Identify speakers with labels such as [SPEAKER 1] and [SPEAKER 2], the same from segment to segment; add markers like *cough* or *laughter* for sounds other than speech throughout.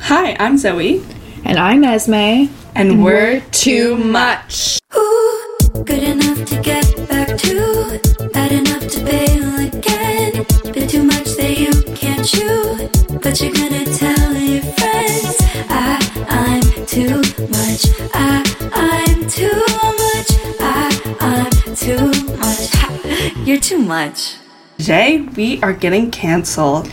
[SPEAKER 1] Hi, I'm Zoe,
[SPEAKER 2] And I'm Esme.
[SPEAKER 1] and, we're too much.
[SPEAKER 3] Ooh, good enough to get back to, bad enough to bail again. Bit too much that you can't chew, but you're gonna tell your friends. I, I'm too much. I, I'm too much. I, I'm too much. Ha, You're too much.
[SPEAKER 1] Today, we are getting canceled.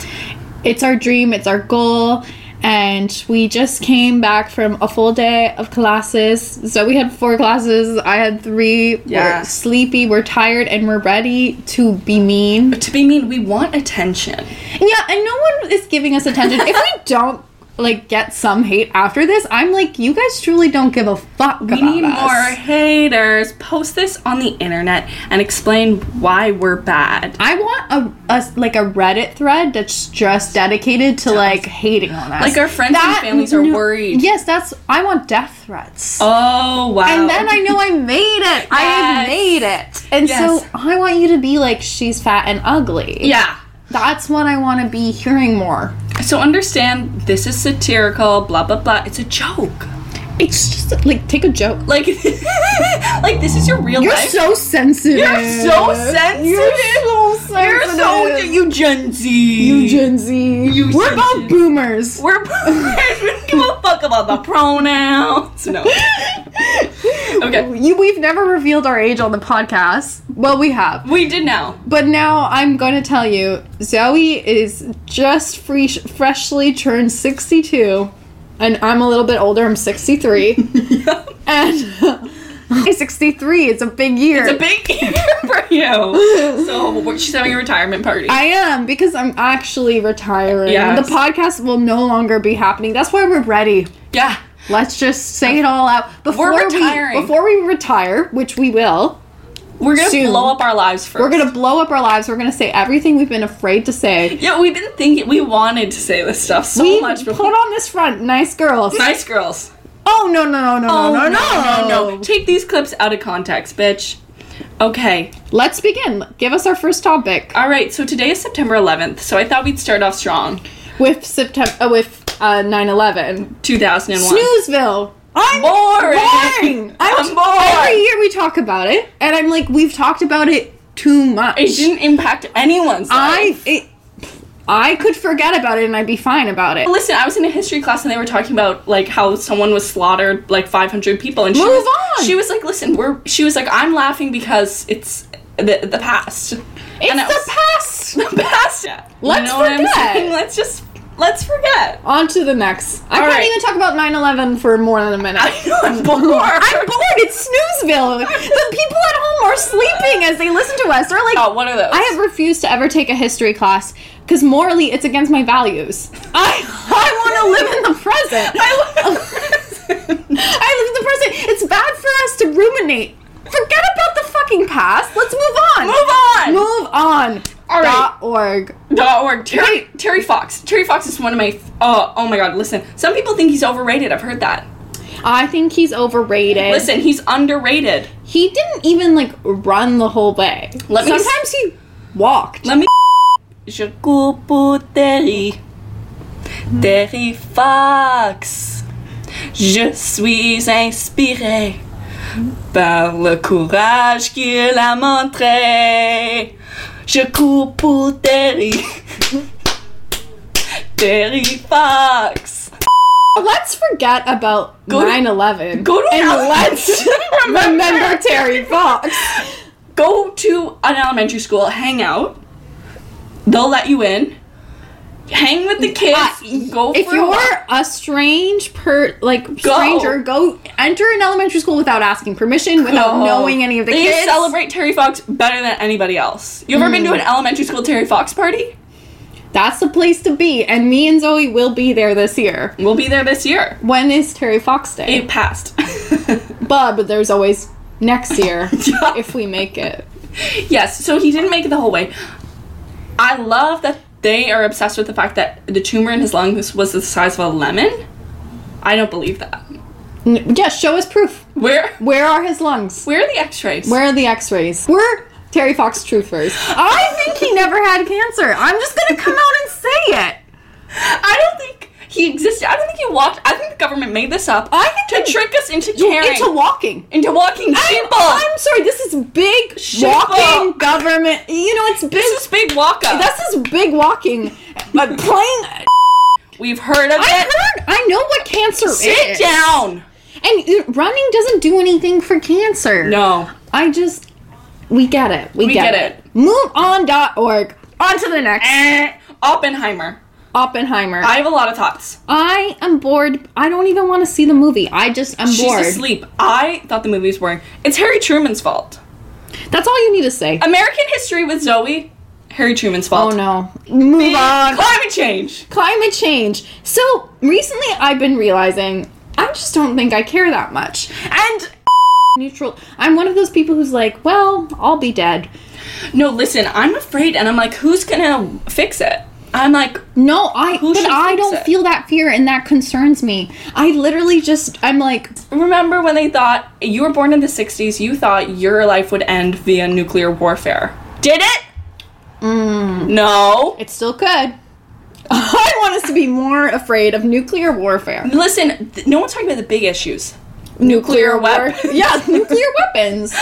[SPEAKER 2] It's our dream, it's our goal, and we just came back from a full day of classes. So we had four classes, I had three.
[SPEAKER 1] Yeah.
[SPEAKER 2] We're sleepy, we're tired, and we're ready to be mean.
[SPEAKER 1] To be mean, we want attention.
[SPEAKER 2] And yeah, and no one is giving us attention. if *laughs* we don't like get some hate after this, I'm like, you guys truly don't give a fuck.
[SPEAKER 1] We need more haters. Post this on the internet and explain why we're bad.
[SPEAKER 2] I want a, a like a Reddit thread that's just dedicated to like hating on us.
[SPEAKER 1] Like our friends and families are
[SPEAKER 2] no-
[SPEAKER 1] worried.
[SPEAKER 2] Yes, that's I want death threats.
[SPEAKER 1] Oh, wow.
[SPEAKER 2] And then I know I made it. I
[SPEAKER 1] Yes.
[SPEAKER 2] have made it. And
[SPEAKER 1] Yes.
[SPEAKER 2] so I want you to be like she's fat and ugly.
[SPEAKER 1] Yeah.
[SPEAKER 2] That's what I want to be hearing more.
[SPEAKER 1] So understand this is satirical, blah, blah, blah. It's a joke.
[SPEAKER 2] It's just like take a joke.
[SPEAKER 1] Like, *laughs* like this is your real
[SPEAKER 2] You're
[SPEAKER 1] life.
[SPEAKER 2] so sensitive.
[SPEAKER 1] You're so sensitive.
[SPEAKER 2] You're so
[SPEAKER 1] You're
[SPEAKER 2] sensitive.
[SPEAKER 1] so you Gen Z.
[SPEAKER 2] You Gen Z.
[SPEAKER 1] You
[SPEAKER 2] We're
[SPEAKER 1] sensitive.
[SPEAKER 2] both boomers.
[SPEAKER 1] We're *laughs* boomers. We don't give a fuck about the pronouns. No. *laughs* Okay.
[SPEAKER 2] You, we've never revealed our age on the podcast. Well, we have.
[SPEAKER 1] We did now.
[SPEAKER 2] But now I'm going to tell you Zoe is just free, freshly turned 62, and I'm a little bit older.
[SPEAKER 1] *laughs*
[SPEAKER 2] I'm 63. *laughs* and *laughs* 63 is a big year.
[SPEAKER 1] It's a big year *laughs* for you. So what- she's having a retirement party.
[SPEAKER 2] I am because I'm actually retiring.
[SPEAKER 1] Yes.
[SPEAKER 2] The podcast will no longer be happening. That's why we're ready.
[SPEAKER 1] yeah.
[SPEAKER 2] Let's just say it all out before
[SPEAKER 1] retiring.
[SPEAKER 2] we before we retire, which we will.
[SPEAKER 1] We're gonna
[SPEAKER 2] Soon.
[SPEAKER 1] blow up our lives first.
[SPEAKER 2] We're gonna blow up our lives. We're gonna say everything we've been afraid to say.
[SPEAKER 1] Yeah, we've been thinking we wanted to say this stuff so
[SPEAKER 2] we
[SPEAKER 1] much
[SPEAKER 2] put
[SPEAKER 1] before.
[SPEAKER 2] on this front, nice girls.
[SPEAKER 1] Nice girls.
[SPEAKER 2] Oh no no no no no, no
[SPEAKER 1] no, no. Take these clips out of context, bitch. Okay.
[SPEAKER 2] Let's begin. Give us our first topic
[SPEAKER 1] All right. So today is September 11th. So I thought we'd start off strong.
[SPEAKER 2] with September uh, with uh, 9/11.
[SPEAKER 1] 2001.
[SPEAKER 2] Snoozeville. I'm
[SPEAKER 1] Boring.
[SPEAKER 2] boring. I'm
[SPEAKER 1] I'm bored.
[SPEAKER 2] Every year we talk about it, and I'm like, we've talked about it too much.
[SPEAKER 1] It didn't impact anyone's life.
[SPEAKER 2] I it, I could forget about it and I'd be fine about it.
[SPEAKER 1] Listen, I was in a history class and they were talking about like how someone was slaughtered like 500 people and she
[SPEAKER 2] Move
[SPEAKER 1] was,
[SPEAKER 2] on!
[SPEAKER 1] She was like, "Listen, we're." She was like, "I'm laughing because it's the the past." It's
[SPEAKER 2] It's the
[SPEAKER 1] past.
[SPEAKER 2] past.
[SPEAKER 1] The past. Yeah.
[SPEAKER 2] Let's forget.
[SPEAKER 1] Let's just let's forget.
[SPEAKER 2] On to the next. I
[SPEAKER 1] All
[SPEAKER 2] can't
[SPEAKER 1] right.
[SPEAKER 2] even talk about 9/11 for more than a minute.
[SPEAKER 1] I know I'm bored.
[SPEAKER 2] I'm bored. It's Snoozeville. the people at home are sleeping as they listen to us. They're like,
[SPEAKER 1] Oh, one of those.
[SPEAKER 2] I have refused to ever take a history class because morally it's against my values. I I want to live in the
[SPEAKER 1] *laughs*
[SPEAKER 2] present.
[SPEAKER 1] I love- *laughs*
[SPEAKER 2] I live in the present. It's bad for us to ruminate. Forget about the fucking past. Let's move on.
[SPEAKER 1] Move on.
[SPEAKER 2] Move on.
[SPEAKER 1] All right.
[SPEAKER 2] Dot org.
[SPEAKER 1] Dot org. Terry Terry Fox. Terry Fox is one of my. Oh, oh my God! Listen, some people think he's overrated. I've heard that.
[SPEAKER 2] I think he's overrated.
[SPEAKER 1] Listen, he's underrated.
[SPEAKER 2] he didn't even like run the whole way.
[SPEAKER 1] Let me-
[SPEAKER 2] Sometimes he walked.
[SPEAKER 1] Let me. Je coupe Terry. Terry Fox. Je suis inspiré par le courage qu'il a montré. Je coupe pour Terry. Terry Fox.
[SPEAKER 2] Let's forget about
[SPEAKER 1] Go to-
[SPEAKER 2] 9/11.
[SPEAKER 1] Go to an
[SPEAKER 2] and
[SPEAKER 1] ele-
[SPEAKER 2] let's remember Terry Fox.
[SPEAKER 1] *laughs* Go to an elementary school. Hang out. They'll let you in. Hang with the kids.
[SPEAKER 2] Uh,
[SPEAKER 1] go.
[SPEAKER 2] If
[SPEAKER 1] for a walk.
[SPEAKER 2] you're a strange per like stranger, go enter an elementary school without asking permission, without
[SPEAKER 1] Oh.
[SPEAKER 2] knowing any of the
[SPEAKER 1] they
[SPEAKER 2] kids. Hmm.
[SPEAKER 1] celebrate Terry Fox better than anybody else. You ever been to an elementary school Terry Fox party?
[SPEAKER 2] That's the place to be, and me and Zoe will be there this year.
[SPEAKER 1] We'll be there this year.
[SPEAKER 2] When is Terry Fox Day?
[SPEAKER 1] It passed. *laughs*
[SPEAKER 2] Bub, there's always next year
[SPEAKER 1] Yeah.
[SPEAKER 2] if we make it.
[SPEAKER 1] yes, so he didn't make it the whole way. I love that they are obsessed with the fact that the tumor in his lungs was the size of a lemon. I don't believe that.
[SPEAKER 2] N- yeah, show us proof.
[SPEAKER 1] Where
[SPEAKER 2] Where are his lungs?
[SPEAKER 1] where are the x-rays?
[SPEAKER 2] Where are the x-rays? We're Terry Fox truthers. I think he never had cancer. I'm just gonna come out and say it.
[SPEAKER 1] I don't think he existed. I don't think he walked. I think the government made this up
[SPEAKER 2] I think
[SPEAKER 1] to
[SPEAKER 2] that-
[SPEAKER 1] trick us into caring,
[SPEAKER 2] into walking.
[SPEAKER 1] into walking
[SPEAKER 2] I'm,
[SPEAKER 1] sheeple.
[SPEAKER 2] I'm sorry. This is big
[SPEAKER 1] Sheeple.
[SPEAKER 2] walking government. You know, it's big.
[SPEAKER 1] this is big walk up.
[SPEAKER 2] this is big walking. But
[SPEAKER 1] *laughs*
[SPEAKER 2] playing.
[SPEAKER 1] We've heard of
[SPEAKER 2] I
[SPEAKER 1] it.
[SPEAKER 2] heard. I know what cancer
[SPEAKER 1] Sit
[SPEAKER 2] is.
[SPEAKER 1] down.
[SPEAKER 2] And running doesn't do anything for cancer.
[SPEAKER 1] No.
[SPEAKER 2] I just. We get it. We,
[SPEAKER 1] We
[SPEAKER 2] get,
[SPEAKER 1] get
[SPEAKER 2] it. MoveOn.org. On to the next.
[SPEAKER 1] Eh. Oppenheimer.
[SPEAKER 2] Oppenheimer.
[SPEAKER 1] I
[SPEAKER 2] I,
[SPEAKER 1] have a lot of thoughts.
[SPEAKER 2] am bored. I don't even want to see the movie. I just I'm
[SPEAKER 1] She's
[SPEAKER 2] bored.
[SPEAKER 1] asleep. I thought the movie was boring. It's Harry Truman's fault.
[SPEAKER 2] That's all you need to say.
[SPEAKER 1] American History with Zoe. Harry Truman's
[SPEAKER 2] Oh
[SPEAKER 1] fault.
[SPEAKER 2] no. Move on.
[SPEAKER 1] Climate change.
[SPEAKER 2] climate change. So recently I've been realizing I just don't think I care that much.
[SPEAKER 1] And
[SPEAKER 2] *laughs* Neutral. I'm one of those people who's like, well, I'll be dead.
[SPEAKER 1] no, listen. I'm afraid, and I'm like, who's gonna fix it? I'm like,
[SPEAKER 2] No, I
[SPEAKER 1] Who
[SPEAKER 2] but
[SPEAKER 1] should
[SPEAKER 2] I
[SPEAKER 1] fix
[SPEAKER 2] don't
[SPEAKER 1] it?
[SPEAKER 2] feel that fear and that concerns me. I literally just I'm like,
[SPEAKER 1] remember when they thought you were born in the 60s, you thought your life would end via nuclear warfare. Did it?
[SPEAKER 2] Mm.
[SPEAKER 1] No.
[SPEAKER 2] it still could. *laughs* I want us to be more afraid of nuclear warfare.
[SPEAKER 1] Listen, th- no one's talking about the big issues. Nuclear
[SPEAKER 2] war-
[SPEAKER 1] weapons.
[SPEAKER 2] *laughs* Yeah, nuclear weapons.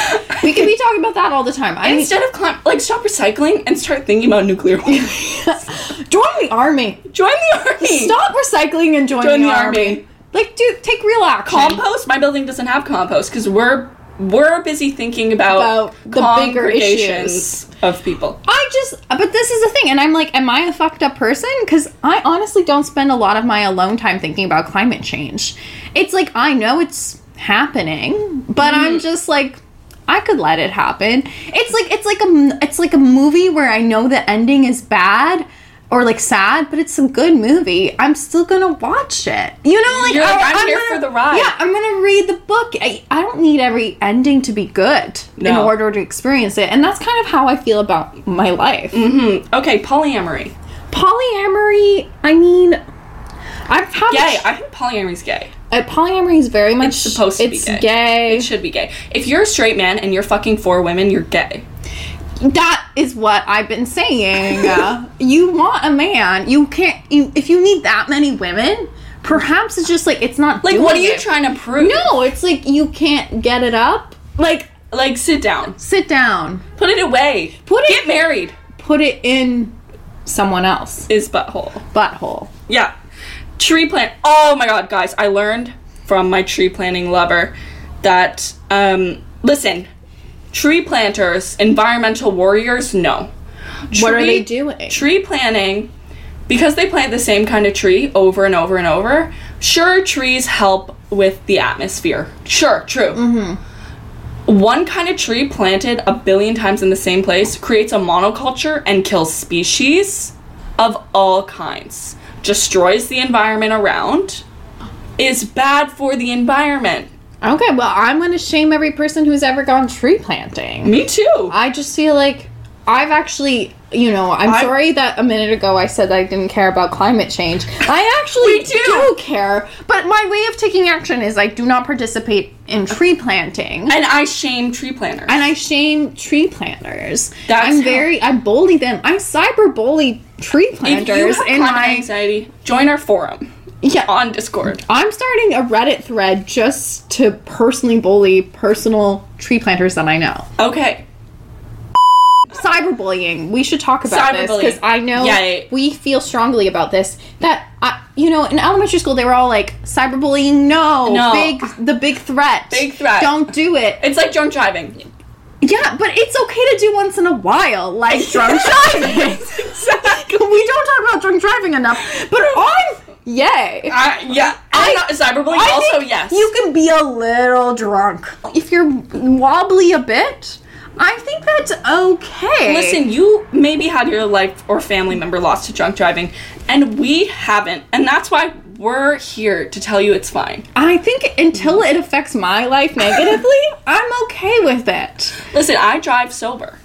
[SPEAKER 2] We could be talking about that all the
[SPEAKER 1] *laughs*
[SPEAKER 2] time. I mean,
[SPEAKER 1] Instead of clim- like stop recycling and start thinking about nuclear *laughs* war.
[SPEAKER 2] *laughs* join the army.
[SPEAKER 1] Join the army.
[SPEAKER 2] Stop recycling and join,
[SPEAKER 1] Join
[SPEAKER 2] the,
[SPEAKER 1] the
[SPEAKER 2] army.
[SPEAKER 1] army.
[SPEAKER 2] Like, dude, take real action.
[SPEAKER 1] compost. My building doesn't have compost because we're we're busy thinking about,
[SPEAKER 2] About the bigger
[SPEAKER 1] congregations of people.
[SPEAKER 2] I just, but this is the thing, and I'm like, am I a fucked up person? Because I honestly don't spend a lot of my alone time thinking about climate change. It's like I know it's happening, but
[SPEAKER 1] Mm.
[SPEAKER 2] I'm just like, I could let it happen. It's like it's like a m- it's like a movie where I know the ending is bad or like sad, but it's a good movie. I'm still gonna watch it. You know, like
[SPEAKER 1] You're like, I'm here
[SPEAKER 2] gonna-
[SPEAKER 1] for the ride.
[SPEAKER 2] Yeah, I'm gonna read the book. I, I don't need every ending to be good in
[SPEAKER 1] No.
[SPEAKER 2] order to experience it, and that's kind of how I feel about my life.
[SPEAKER 1] Mm-hmm. Okay, polyamory.
[SPEAKER 2] Polyamory, I mean, I've had a
[SPEAKER 1] Gay.
[SPEAKER 2] ch-
[SPEAKER 1] I think polyamory's gay.
[SPEAKER 2] uh, polyamory is very much
[SPEAKER 1] supposed to be
[SPEAKER 2] it's
[SPEAKER 1] gay.
[SPEAKER 2] gay.
[SPEAKER 1] It should be gay. If you're a straight man and you're fucking four women, you're gay.
[SPEAKER 2] that is what I've
[SPEAKER 1] *laughs*
[SPEAKER 2] been saying. Uh, you want a man, you can't. You, if you need that many women, perhaps it's just like it's not
[SPEAKER 1] Like, what are
[SPEAKER 2] doing
[SPEAKER 1] you
[SPEAKER 2] it.
[SPEAKER 1] trying to prove?
[SPEAKER 2] No, it's like you can't get it up. Like,
[SPEAKER 1] Like, sit down.
[SPEAKER 2] sit down.
[SPEAKER 1] Put it away.
[SPEAKER 2] Put it-
[SPEAKER 1] Get married.
[SPEAKER 2] Put it in someone else.
[SPEAKER 1] Is butthole.
[SPEAKER 2] butthole.
[SPEAKER 1] Yeah. Tree plant. Oh my god, guys, I learned from my tree planting lover that um listen, tree planters, environmental warriors, no.
[SPEAKER 2] What are
[SPEAKER 1] Tree-
[SPEAKER 2] they doing?
[SPEAKER 1] Tree planting because they plant the same kind of tree over and over and over. Sure, trees help with the atmosphere. Sure, true.
[SPEAKER 2] Mm-hmm.
[SPEAKER 1] One kind of tree planted a billion times in the same place creates a monoculture and kills species of all kinds, destroys the environment around, is bad for the environment.
[SPEAKER 2] Okay, well, I'm going to shame every person who's ever gone tree planting.
[SPEAKER 1] Me too.
[SPEAKER 2] I just feel like I've actually, you know, I'm
[SPEAKER 1] I-
[SPEAKER 2] sorry that a minute ago I said I didn't care about climate change.
[SPEAKER 1] *laughs*
[SPEAKER 2] I actually
[SPEAKER 1] We do.
[SPEAKER 2] care, but my way of taking action is I do not participate in tree planting.
[SPEAKER 1] and I shame tree planters.
[SPEAKER 2] and I shame tree planters.
[SPEAKER 1] That's
[SPEAKER 2] I'm
[SPEAKER 1] how-
[SPEAKER 2] very, I bully them. I cyber bully tree
[SPEAKER 1] if you
[SPEAKER 2] planters
[SPEAKER 1] have
[SPEAKER 2] in
[SPEAKER 1] climate
[SPEAKER 2] my.
[SPEAKER 1] anxiety, join our forum
[SPEAKER 2] Yeah,
[SPEAKER 1] on Discord.
[SPEAKER 2] I'm starting a Reddit thread just to personally bully personal tree planters that I know.
[SPEAKER 1] Okay.
[SPEAKER 2] Cyberbullying. We should talk about this
[SPEAKER 1] Cyberbullying.
[SPEAKER 2] because I know
[SPEAKER 1] Yeah, yeah, yeah.
[SPEAKER 2] we feel strongly about this. That I, you know, in elementary school they were all like, "Cyberbullying, no,
[SPEAKER 1] No.
[SPEAKER 2] big, the big threat,
[SPEAKER 1] Big threat.
[SPEAKER 2] don't do it."
[SPEAKER 1] It's like drunk driving.
[SPEAKER 2] Yeah, but it's okay to do once in a while,
[SPEAKER 1] *laughs*
[SPEAKER 2] like drunk driving.
[SPEAKER 1] Exactly.
[SPEAKER 2] *laughs* we don't talk about drunk driving enough, but I'm yay.
[SPEAKER 1] I, yeah. I'm not cyberbullying.
[SPEAKER 2] I
[SPEAKER 1] also,
[SPEAKER 2] think
[SPEAKER 1] yes.
[SPEAKER 2] You can be a little drunk. If you're wobbly a bit, I think that's okay.
[SPEAKER 1] Listen, you maybe had your life or family member lost to drunk driving, and we haven't. And that's why we're here to tell you it's fine.
[SPEAKER 2] I think until it affects my *laughs* life negatively, I'm okay with it.
[SPEAKER 1] Listen, I drive sober.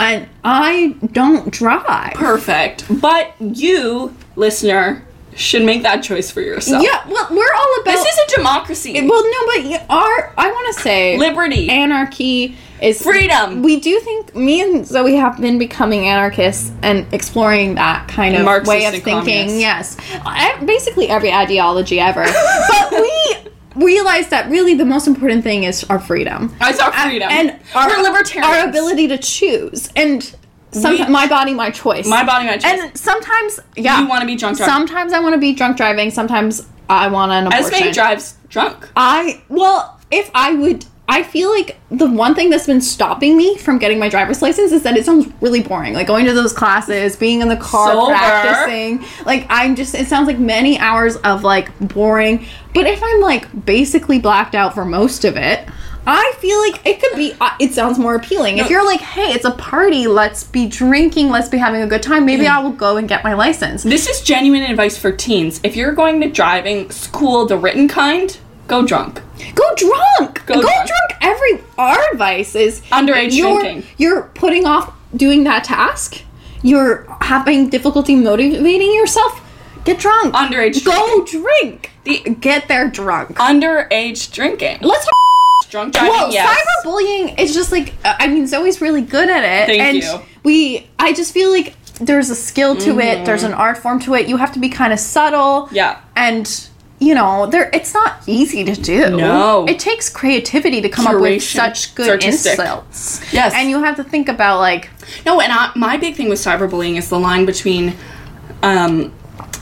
[SPEAKER 2] And I don't drive.
[SPEAKER 1] Perfect. But you, listener, should make that choice for yourself.
[SPEAKER 2] Yeah, well, we're all about.
[SPEAKER 1] This is a democracy.
[SPEAKER 2] well, no, but you are. I want to say
[SPEAKER 1] Liberty.
[SPEAKER 2] anarchy is
[SPEAKER 1] Freedom.
[SPEAKER 2] We do think me and Zoe have been becoming anarchists and exploring that kind of
[SPEAKER 1] Marxist
[SPEAKER 2] way of
[SPEAKER 1] and
[SPEAKER 2] thinking.
[SPEAKER 1] communist.
[SPEAKER 2] Yes, E- basically every ideology
[SPEAKER 1] *laughs*
[SPEAKER 2] ever. but we realize that really the most important thing is our freedom.
[SPEAKER 1] it's our freedom.
[SPEAKER 2] and
[SPEAKER 1] our,
[SPEAKER 2] our,
[SPEAKER 1] we're libertarians.
[SPEAKER 2] our ability to choose and some,
[SPEAKER 1] We-
[SPEAKER 2] my body my choice
[SPEAKER 1] My body, my choice.
[SPEAKER 2] and sometimes yeah
[SPEAKER 1] You wanna be drunk driving.
[SPEAKER 2] sometimes i want to be drunk driving sometimes i want an abortion
[SPEAKER 1] Esme drives drunk.
[SPEAKER 2] i well if i would i feel like the one thing that's been stopping me from getting my driver's license is that it sounds really boring like going to those classes being in the car
[SPEAKER 1] Sober.
[SPEAKER 2] practicing like i'm just it sounds like many hours of like boring but if i'm like basically blacked out for most of it I feel like it could be. Uh, it sounds more appealing. If
[SPEAKER 1] No.
[SPEAKER 2] you're like, "Hey, it's a party. Let's be drinking. Let's be having a good time." Maybe I will go and get my license.
[SPEAKER 1] This is genuine advice for teens. If you're going to driving school, the written kind, go drunk.
[SPEAKER 2] Go drunk.
[SPEAKER 1] Go
[SPEAKER 2] Go,
[SPEAKER 1] drunk.
[SPEAKER 2] drunk. Every our advice is
[SPEAKER 1] Underage
[SPEAKER 2] you're,
[SPEAKER 1] drinking.
[SPEAKER 2] You're putting off doing that task. You're having difficulty motivating yourself. Get drunk.
[SPEAKER 1] Underage
[SPEAKER 2] Go drink.
[SPEAKER 1] The-
[SPEAKER 2] get there drunk.
[SPEAKER 1] Underage drinking.
[SPEAKER 2] Let's.
[SPEAKER 1] drunk driving,
[SPEAKER 2] Whoa,
[SPEAKER 1] yes.
[SPEAKER 2] cyberbullying is just like uh, I mean Zoe's really good at it.
[SPEAKER 1] Thank
[SPEAKER 2] and
[SPEAKER 1] you.
[SPEAKER 2] We I just feel like there's a skill to it, there's an art form to it. You have to be kind of subtle.
[SPEAKER 1] Mm-hmm. Yeah.
[SPEAKER 2] And you know, there it's not easy to do.
[SPEAKER 1] No.
[SPEAKER 2] It takes creativity to come up with
[SPEAKER 1] Curation.
[SPEAKER 2] such good
[SPEAKER 1] It's artistic.
[SPEAKER 2] insults.
[SPEAKER 1] Yes.
[SPEAKER 2] And you have to think about like
[SPEAKER 1] No, and I, my big thing with cyberbullying is the line between um,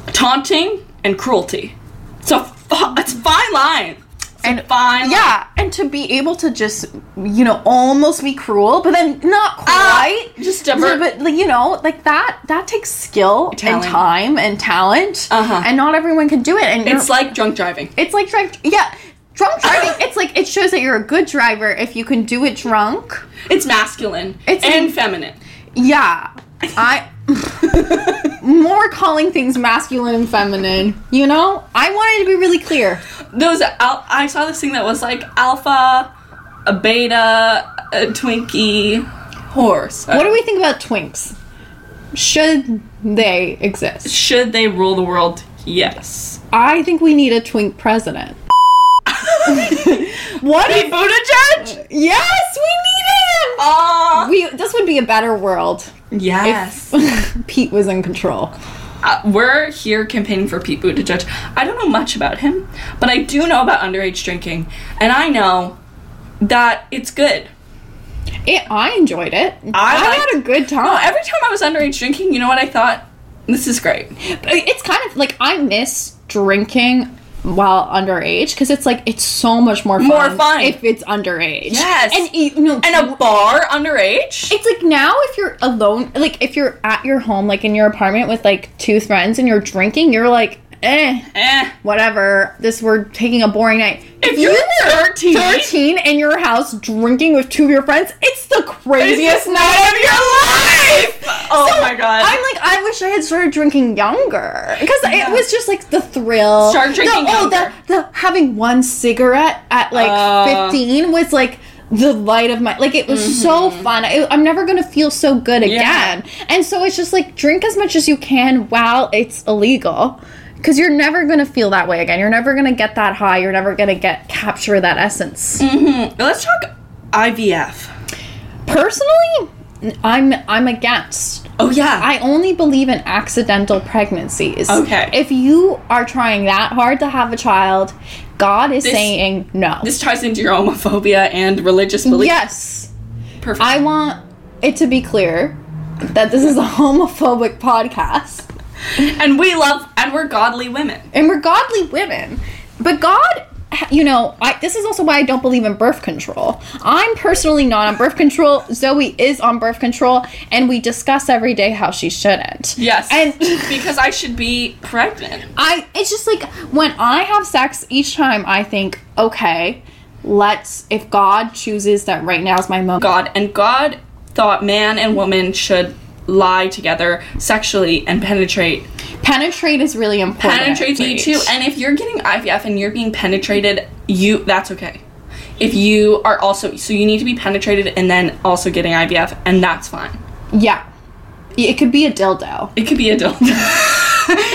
[SPEAKER 1] taunting and cruelty. It's a, fi- it's a fine line. It's a
[SPEAKER 2] And-
[SPEAKER 1] fine line.
[SPEAKER 2] yeah, and to be able to just you know almost be cruel, but then not quite.
[SPEAKER 1] Ah, just divert.
[SPEAKER 2] But like, you know, like that that takes skill
[SPEAKER 1] Talent.
[SPEAKER 2] and time and talent,
[SPEAKER 1] Uh-huh.
[SPEAKER 2] and not everyone can do it.
[SPEAKER 1] It's
[SPEAKER 2] And you're-
[SPEAKER 1] like drunk driving.
[SPEAKER 2] it's like drunk. Yeah, drunk driving. it's like it shows that you're a good driver if you can do it drunk.
[SPEAKER 1] It's masculine
[SPEAKER 2] It's-
[SPEAKER 1] and feminine. *laughs*
[SPEAKER 2] Yeah, I. *laughs* More calling things masculine and feminine. You know, I wanted to be really clear.
[SPEAKER 1] Those al- I saw this thing that was like alpha, a beta, a twinkie, uh, horse.
[SPEAKER 2] What do we think about twinks? Should they exist?
[SPEAKER 1] Should they rule the world? Yes. *laughs*
[SPEAKER 2] I think we need a twink president. what if-
[SPEAKER 1] Hey, Buttigieg.
[SPEAKER 2] Yes, we need him!
[SPEAKER 1] Oh.
[SPEAKER 2] We this would be a better world
[SPEAKER 1] Yes.
[SPEAKER 2] if *laughs* Pete was in control.
[SPEAKER 1] Uh, we're here campaigning for Pete Buttigieg. I don't know much about him, but I do know about underage drinking, and I know that it's good.
[SPEAKER 2] It, I enjoyed it. I,
[SPEAKER 1] liked-
[SPEAKER 2] had a good time.
[SPEAKER 1] No, Oh, every time I was underage drinking, you know what I thought? This is great.
[SPEAKER 2] it's kind of like I miss drinking while underage because it's like it's so much more fun
[SPEAKER 1] More fun.
[SPEAKER 2] if it's underage.
[SPEAKER 1] Yes.
[SPEAKER 2] and you know,
[SPEAKER 1] And a bar underage?
[SPEAKER 2] It's like now if you're alone, like if you're at your home, like in your apartment with like two friends and you're drinking, you're like, eh,
[SPEAKER 1] Eh.
[SPEAKER 2] whatever. This we're taking a boring night.
[SPEAKER 1] If you're 13,
[SPEAKER 2] 13 in your house drinking with two of your friends, it's the craziest night of your life.
[SPEAKER 1] Oh my God.
[SPEAKER 2] I'm like, I wish I had started drinking younger because it was just like the thrill.
[SPEAKER 1] Start drinking
[SPEAKER 2] the,
[SPEAKER 1] younger.
[SPEAKER 2] Oh, the, the having one cigarette at like
[SPEAKER 1] Uh.
[SPEAKER 2] 15 was like the light of my like it was so fun. I, I'm never gonna feel so good
[SPEAKER 1] Mm-hmm. Yeah.
[SPEAKER 2] again. And so it's just like drink as much as you can while it's illegal. Because you're never gonna feel that way again. You're never gonna get that high. You're never gonna get capture that essence.
[SPEAKER 1] Mm. Let's talk IVF.
[SPEAKER 2] Personally, I'm I'm against.
[SPEAKER 1] Oh, yeah.
[SPEAKER 2] I only believe in accidental pregnancies.
[SPEAKER 1] Okay.
[SPEAKER 2] If you are trying that hard to have a child, God is
[SPEAKER 1] This-
[SPEAKER 2] saying no.
[SPEAKER 1] this ties into your homophobia and religious belief.
[SPEAKER 2] yes.
[SPEAKER 1] Perfect.
[SPEAKER 2] I want it to be clear that this is a homophobic podcast
[SPEAKER 1] and we love, and we're godly women.
[SPEAKER 2] and we're godly women. But God, you know, I, this is also why I don't believe in birth control. I'm personally not on birth control. Zoe is on birth control, and we discuss every day how she shouldn't.
[SPEAKER 1] Yes. *laughs*
[SPEAKER 2] And
[SPEAKER 1] because I should be pregnant.
[SPEAKER 2] I it's just like when I have sex each time I think, okay, let's if God chooses that right now is my moment.
[SPEAKER 1] God and God thought man and woman should lie together sexually and penetrate.
[SPEAKER 2] Penetrate is really important.
[SPEAKER 1] Penetrate you too. And if you're getting IVF and you're being penetrated, you that's okay. If you are also so you need to be penetrated and then also getting IVF and that's fine.
[SPEAKER 2] yeah. It could be a dildo.
[SPEAKER 1] *laughs* It could be a dildo.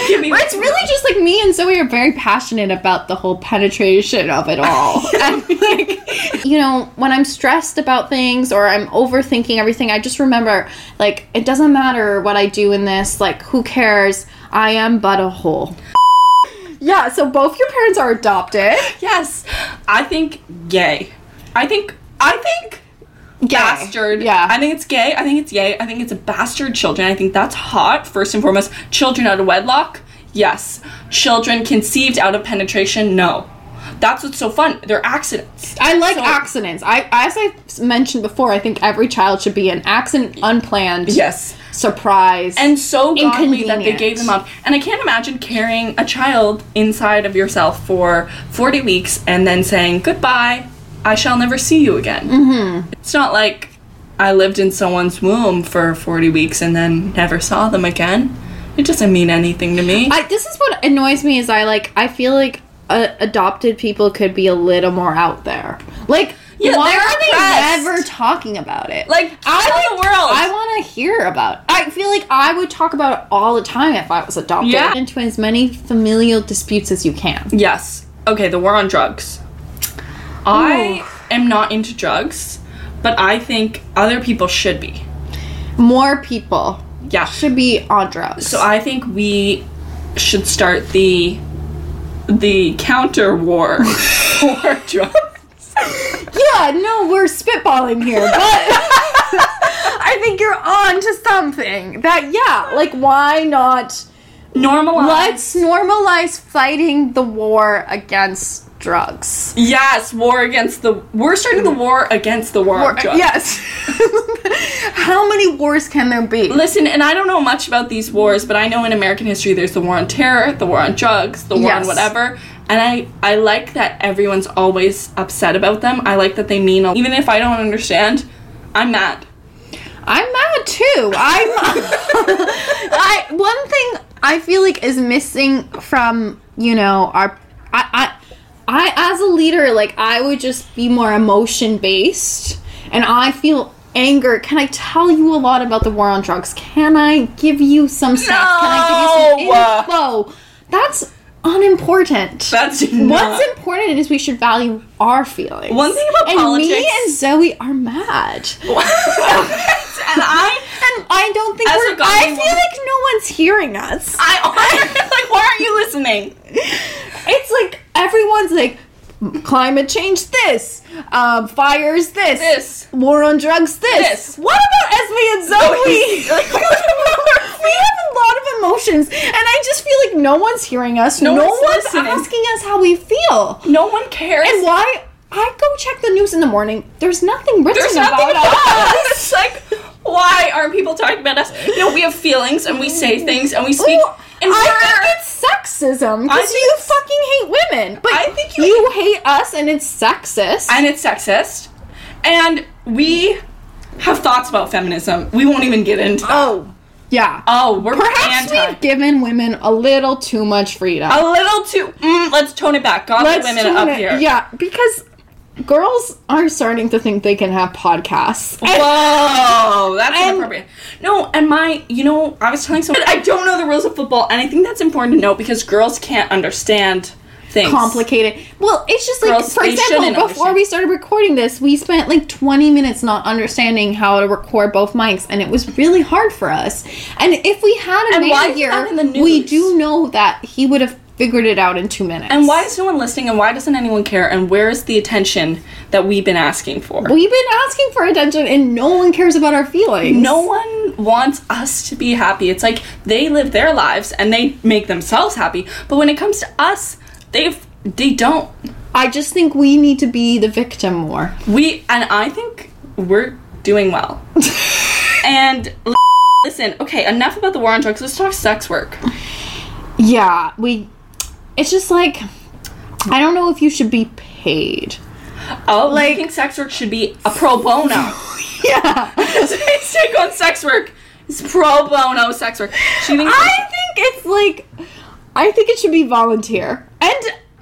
[SPEAKER 1] Give me-
[SPEAKER 2] it's really just like me and Zoe are very passionate about the whole penetration of it *laughs* all. and like, you know, when I'm stressed about things or I'm overthinking everything, I just remember like it doesn't matter what I do in this. Like, who cares? I am but a hole. Yeah. So both your parents are adopted.
[SPEAKER 1] Yes. I think gay. I think I think bastard.
[SPEAKER 2] Yeah.
[SPEAKER 1] I think it's gay. I think it's yay. I think it's a bastard children. I think that's hot. First and foremost, children out of wedlock. Yes. Children conceived out of penetration. No. That's what's so fun. They're accidents.
[SPEAKER 2] I like
[SPEAKER 1] So-
[SPEAKER 2] accidents. I, as I s- mentioned before, I think every child should be an accident, unplanned,
[SPEAKER 1] Yes.
[SPEAKER 2] surprise,
[SPEAKER 1] And so godly that they
[SPEAKER 2] Inconvenient.
[SPEAKER 1] gave them up. And I can't imagine carrying a child inside of yourself for 40 weeks and then saying, goodbye, I shall never see you again. Mm-hmm. It's not like I lived in someone's womb for 40 weeks and then never saw them again. It doesn't mean anything to me.
[SPEAKER 2] I, this is what annoys me is I like I feel like uh, adopted people could be a little more out there. Like
[SPEAKER 1] Yeah,
[SPEAKER 2] why
[SPEAKER 1] they're
[SPEAKER 2] are they
[SPEAKER 1] oppressed.
[SPEAKER 2] never talking about it?
[SPEAKER 1] like, I
[SPEAKER 2] I
[SPEAKER 1] the world.
[SPEAKER 2] I want to hear about. I feel like I would talk about it all the time if I was adopted.
[SPEAKER 1] Yeah.
[SPEAKER 2] Into as many familial disputes as you can.
[SPEAKER 1] Yes. Okay, the war on drugs. I am not into drugs, but I think other people should be.
[SPEAKER 2] More people
[SPEAKER 1] Yeah.
[SPEAKER 2] should be on drugs.
[SPEAKER 1] So I think we should start the the counter *laughs* war for drugs.
[SPEAKER 2] yeah, no, we're spitballing here,
[SPEAKER 1] *laughs*
[SPEAKER 2] but *laughs* I think you're on to something. That yeah, like why not?
[SPEAKER 1] Normalize.
[SPEAKER 2] Let's normalize fighting the war against drugs.
[SPEAKER 1] Yes, war against the. We're starting the war against the war, on
[SPEAKER 2] War-
[SPEAKER 1] drugs.
[SPEAKER 2] yes. *laughs* How many wars can there be?
[SPEAKER 1] Listen, and I don't know much about these wars, but I know in American history there's the war on terror, the war on drugs, the war
[SPEAKER 2] Yes.
[SPEAKER 1] on whatever. And I, I like that everyone's always upset about them. I like that they mean, a- even if I don't understand, I'm *laughs* mad.
[SPEAKER 2] I'm mad too. I'm. I one thing I feel like is missing from you know our I I, I as a leader like I would just be more emotion based, and I feel anger. Can I tell you a lot about the war on drugs? Can I give you some stuff? Can I give you some info? That's unimportant.
[SPEAKER 1] That's not-
[SPEAKER 2] What's important is we should value our feelings.
[SPEAKER 1] One thing about
[SPEAKER 2] and me
[SPEAKER 1] politics-
[SPEAKER 2] and Zoe are
[SPEAKER 1] *laughs*
[SPEAKER 2] mad. *laughs*
[SPEAKER 1] and I
[SPEAKER 2] And I don't think
[SPEAKER 1] As
[SPEAKER 2] we're.
[SPEAKER 1] a godly
[SPEAKER 2] I feel
[SPEAKER 1] woman-
[SPEAKER 2] like no one's hearing us.
[SPEAKER 1] I *laughs* like, why aren't you listening?
[SPEAKER 2] It's like everyone's like, climate change this, um, fires this,
[SPEAKER 1] This.
[SPEAKER 2] war on drugs this.
[SPEAKER 1] This.
[SPEAKER 2] What about Esme and *laughs*
[SPEAKER 1] *laughs*
[SPEAKER 2] Zoe? like, we have a lot of emotions, and I just feel like no one's hearing us. No,
[SPEAKER 1] No
[SPEAKER 2] one's,
[SPEAKER 1] one's listening.
[SPEAKER 2] asking us how we feel,
[SPEAKER 1] No one cares.
[SPEAKER 2] and why. I go check the news in the morning. There's nothing written
[SPEAKER 1] There's
[SPEAKER 2] about,
[SPEAKER 1] nothing about
[SPEAKER 2] us.
[SPEAKER 1] us. *laughs* It's like, why aren't people talking about us? No, we have feelings and we say things and we speak.
[SPEAKER 2] Well,
[SPEAKER 1] and
[SPEAKER 2] I
[SPEAKER 1] we're-
[SPEAKER 2] think it's sexism
[SPEAKER 1] I
[SPEAKER 2] because
[SPEAKER 1] think
[SPEAKER 2] you
[SPEAKER 1] it's-
[SPEAKER 2] fucking hate women, but
[SPEAKER 1] I think you-
[SPEAKER 2] hate us, and it's sexist.
[SPEAKER 1] and it's sexist. And we have thoughts about feminism. We won't even get into. That.
[SPEAKER 2] oh, yeah.
[SPEAKER 1] Oh, we're
[SPEAKER 2] Perhaps
[SPEAKER 1] anti.
[SPEAKER 2] we've given women a little too much freedom.
[SPEAKER 1] a little too. Mm, let's tone it back. God,
[SPEAKER 2] Let's
[SPEAKER 1] women
[SPEAKER 2] tone
[SPEAKER 1] up
[SPEAKER 2] it-
[SPEAKER 1] here.
[SPEAKER 2] Yeah, because girls are starting to think they can have podcasts. And- *laughs*
[SPEAKER 1] Whoa, that's
[SPEAKER 2] And-
[SPEAKER 1] inappropriate. No, and my, you know, I was telling someone I don't know the rules of football, and I think that's important to know because girls can't understand things.
[SPEAKER 2] complicated. Well, it's just like,
[SPEAKER 1] Girls,
[SPEAKER 2] for
[SPEAKER 1] they
[SPEAKER 2] example,
[SPEAKER 1] shouldn't
[SPEAKER 2] before
[SPEAKER 1] understand.
[SPEAKER 2] we started recording this, we spent like 20 minutes not understanding how to record both mics, and it was really hard for us. And if we had a
[SPEAKER 1] And why
[SPEAKER 2] man
[SPEAKER 1] is that
[SPEAKER 2] here,
[SPEAKER 1] in the
[SPEAKER 2] we
[SPEAKER 1] news?
[SPEAKER 2] do know that he would have figured it out in two minutes.
[SPEAKER 1] And why is no one listening? And why doesn't anyone care? And where is the attention that we've been asking for?
[SPEAKER 2] We've been asking for attention, and no one cares about our feelings.
[SPEAKER 1] no one wants us to be happy. It's like they live their lives and they make themselves happy. But when it comes to us, they've they don't.
[SPEAKER 2] I just think we need to be the victim more.
[SPEAKER 1] We and I think we're doing *laughs* well. and l- listen, okay, enough about the war on drugs. Let's talk sex work.
[SPEAKER 2] Yeah, we. It's just like, I don't know if you should be paid. *laughs*
[SPEAKER 1] Oh, like
[SPEAKER 2] Like-
[SPEAKER 1] I think sex work should be a pro bono. *laughs*
[SPEAKER 2] Yeah.
[SPEAKER 1] Today's take on sex work is pro bono sex work. She thinks
[SPEAKER 2] I think it's like I think it should be volunteer. And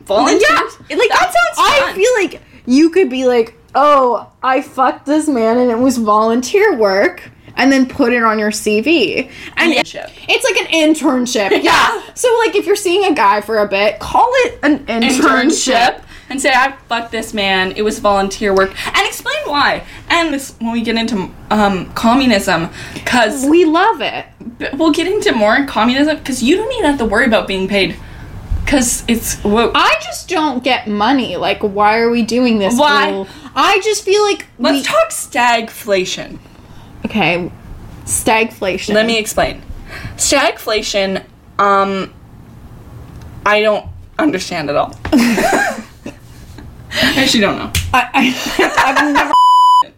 [SPEAKER 1] Volunteer?
[SPEAKER 2] Yeah, like
[SPEAKER 1] That sounds
[SPEAKER 2] I
[SPEAKER 1] fun.
[SPEAKER 2] feel like you could be like, "Oh, I fucked this man and it was volunteer work." and then put it on your CV. And
[SPEAKER 1] Internship.
[SPEAKER 2] it's like an
[SPEAKER 1] *laughs*
[SPEAKER 2] internship. Yeah. so like if you're seeing a guy for a bit, call it an internship.
[SPEAKER 1] internship and say I fucked this man. It was volunteer work, and explain why. And this, when we get into um, communism, because
[SPEAKER 2] We love it.
[SPEAKER 1] we'll get into more communism because you don't even have to worry about being paid because it's whoa.
[SPEAKER 2] I just don't get money. Like why are we doing this?
[SPEAKER 1] Why?
[SPEAKER 2] fool? I just feel like
[SPEAKER 1] Let's
[SPEAKER 2] we-
[SPEAKER 1] talk stagflation.
[SPEAKER 2] Okay. Stagflation.
[SPEAKER 1] Let me explain. Stagflation, um, I don't understand at all. *laughs* I actually don't know,
[SPEAKER 2] I, I, I've never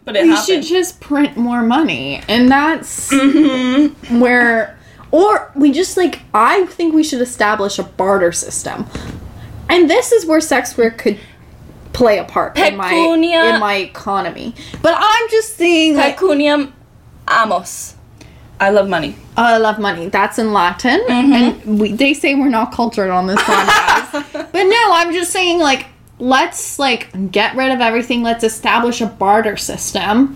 [SPEAKER 1] but it
[SPEAKER 2] we
[SPEAKER 1] *laughs*
[SPEAKER 2] should
[SPEAKER 1] happened.
[SPEAKER 2] just print more money and that's where or we just like i think we should establish a barter system and this is where sex work could play a part in my,
[SPEAKER 1] Pecunia.
[SPEAKER 2] in my economy but i'm just saying like
[SPEAKER 1] Pecuniam amos. I love money.
[SPEAKER 2] Oh, i love money that's in latin
[SPEAKER 1] Mm-hmm.
[SPEAKER 2] and we, they say we're not cultured on
[SPEAKER 1] *laughs*
[SPEAKER 2] this podcast but no i'm just saying like let's like get rid of everything let's establish a barter system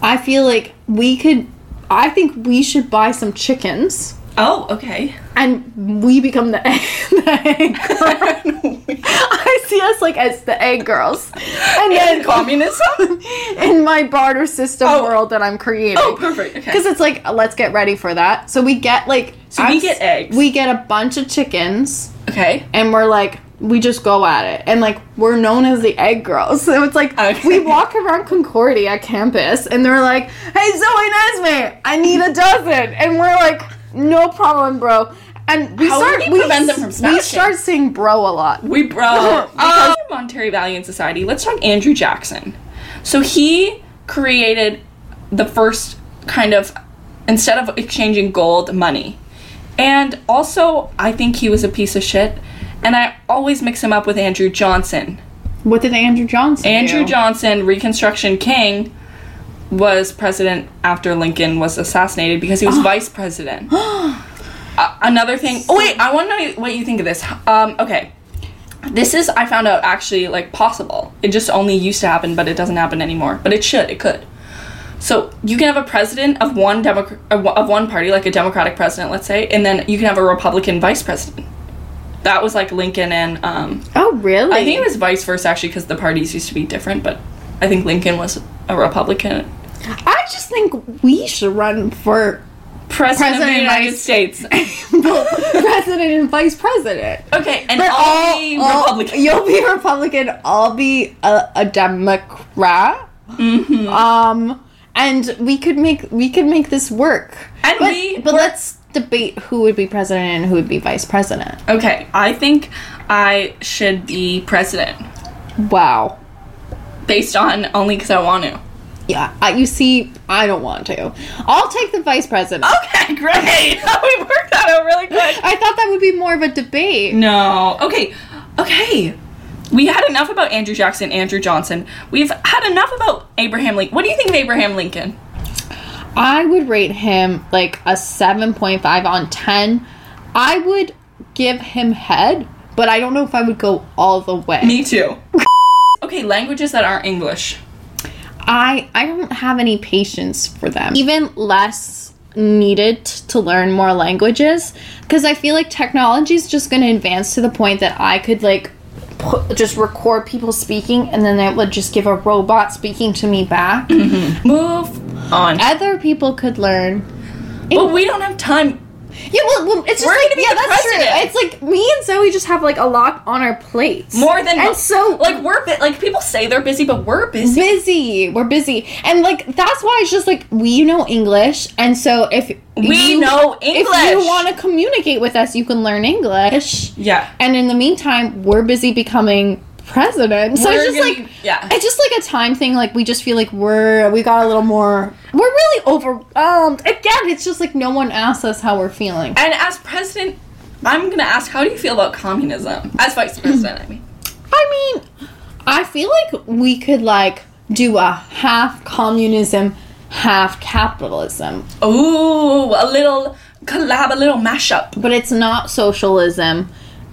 [SPEAKER 2] i feel like we could i think we should buy some chickens
[SPEAKER 1] Oh, okay. *laughs*
[SPEAKER 2] and we become the *laughs* egg, the egg girl. I see us like as the egg girls, and
[SPEAKER 1] And
[SPEAKER 2] then
[SPEAKER 1] communism?
[SPEAKER 2] *laughs* in my barter system
[SPEAKER 1] Oh.
[SPEAKER 2] world that I'm creating.
[SPEAKER 1] Oh, perfect. *laughs* Okay.
[SPEAKER 2] Because it's like, let's get ready for that. So we get like.
[SPEAKER 1] So we get eggs.
[SPEAKER 2] We get a bunch of chickens,
[SPEAKER 1] Okay.
[SPEAKER 2] and we're like, we just go at it, and like we're known as the egg girls. *laughs* So it's like
[SPEAKER 1] Okay.
[SPEAKER 2] we walk around Concordia campus, and they're like, "Hey, Zoe Nesme, I need a dozen," and we're like, "No problem, bro." And we
[SPEAKER 1] How would
[SPEAKER 2] start
[SPEAKER 1] we
[SPEAKER 2] we
[SPEAKER 1] prevent them from
[SPEAKER 2] we
[SPEAKER 1] smashing?
[SPEAKER 2] start saying bro a lot.
[SPEAKER 1] We *laughs* bro.
[SPEAKER 2] Because-
[SPEAKER 1] uh, monetary value in society. Let's talk Andrew Jackson. So he created the first kind of instead of exchanging gold, money. And also, I think he was a piece of shit. And I always mix him up with Andrew Johnson.
[SPEAKER 2] What did Andrew Johnson?
[SPEAKER 1] Andrew
[SPEAKER 2] do?
[SPEAKER 1] Johnson, Reconstruction King, was president after Lincoln was assassinated because he was vice president. Uh, another thing. Oh wait, I want to know what you think of this. Um, okay, this is I found out actually like possible. It just only used to happen, but it doesn't happen anymore. But it should. It could. So you can have a president of one Demo- of one party, like a Democratic president, let's say, and then you can have a Republican vice president. That was like Lincoln and um,
[SPEAKER 2] Oh really?
[SPEAKER 1] I think it was vice versa actually because the parties used to be different, but I think Lincoln was a Republican
[SPEAKER 2] I just think we should run for *laughs*
[SPEAKER 1] president, of
[SPEAKER 2] President
[SPEAKER 1] the United *laughs*
[SPEAKER 2] vice-
[SPEAKER 1] States.
[SPEAKER 2] president and vice president.
[SPEAKER 1] okay, and
[SPEAKER 2] But
[SPEAKER 1] I'll
[SPEAKER 2] I'll-
[SPEAKER 1] be
[SPEAKER 2] I'll-
[SPEAKER 1] Republican.
[SPEAKER 2] You'll be Republican. I'll be a, a Democrat.
[SPEAKER 1] Mm-hmm.
[SPEAKER 2] Um, and we could make we could make this work.
[SPEAKER 1] And
[SPEAKER 2] but,
[SPEAKER 1] we
[SPEAKER 2] but
[SPEAKER 1] were-
[SPEAKER 2] let's debate who would be president and who would be vice president.
[SPEAKER 1] okay, I think I should be president
[SPEAKER 2] Wow.
[SPEAKER 1] based on only because I want to.
[SPEAKER 2] Yeah. I, you see, I don't want to. I'll take the vice president.
[SPEAKER 1] Okay, great. *laughs* we worked that out really quick.
[SPEAKER 2] I thought that would be more of a debate.
[SPEAKER 1] No. Okay. Okay. We had enough about Andrew Jackson, Andrew Johnson. We've had enough about Abraham Lincoln. What do you think of Abraham Lincoln?
[SPEAKER 2] I would rate him like a 7.5 on 10. I would give him head, but I don't know if I would go all the way.
[SPEAKER 1] Me too. *laughs* okay, languages that aren't English.
[SPEAKER 2] I I don't have any patience for them. Even less needed to learn more languages because I feel like technology is just going to advance to the point that I could like pu- just record people speaking and then it would just give a robot speaking to me back.
[SPEAKER 1] Move on.
[SPEAKER 2] Other people could learn
[SPEAKER 1] But we don't have time.
[SPEAKER 2] Yeah, well, well, it's just
[SPEAKER 1] We're
[SPEAKER 2] like,
[SPEAKER 1] gonna be
[SPEAKER 2] yeah,
[SPEAKER 1] the
[SPEAKER 2] that's
[SPEAKER 1] president.
[SPEAKER 2] true. It's like me and Zoe just have like a lot on our plates.
[SPEAKER 1] More than
[SPEAKER 2] and so like
[SPEAKER 1] like we're bu- like people say they're busy, but we're busy.
[SPEAKER 2] busy. We're busy, and like that's why it's just like we know English, and so if
[SPEAKER 1] We
[SPEAKER 2] you-
[SPEAKER 1] know
[SPEAKER 2] if you
[SPEAKER 1] English.
[SPEAKER 2] want to communicate with us, you can learn English.
[SPEAKER 1] Yeah.
[SPEAKER 2] And in the meantime, we're busy becoming president. So
[SPEAKER 1] We're
[SPEAKER 2] it's
[SPEAKER 1] gonna
[SPEAKER 2] just like
[SPEAKER 1] be- yeah.
[SPEAKER 2] it's just like a time thing. Like we just feel like we're we got a little more. We're really overwhelmed. Again, it's just like no one asks us how we're feeling.
[SPEAKER 1] And as president, I'm gonna ask, how do you feel about communism? As vice president, I mean.
[SPEAKER 2] I mean, I feel like we could like do a half communism, half capitalism,
[SPEAKER 1] Ooh, a little collab, a little mashup.
[SPEAKER 2] but it's not socialism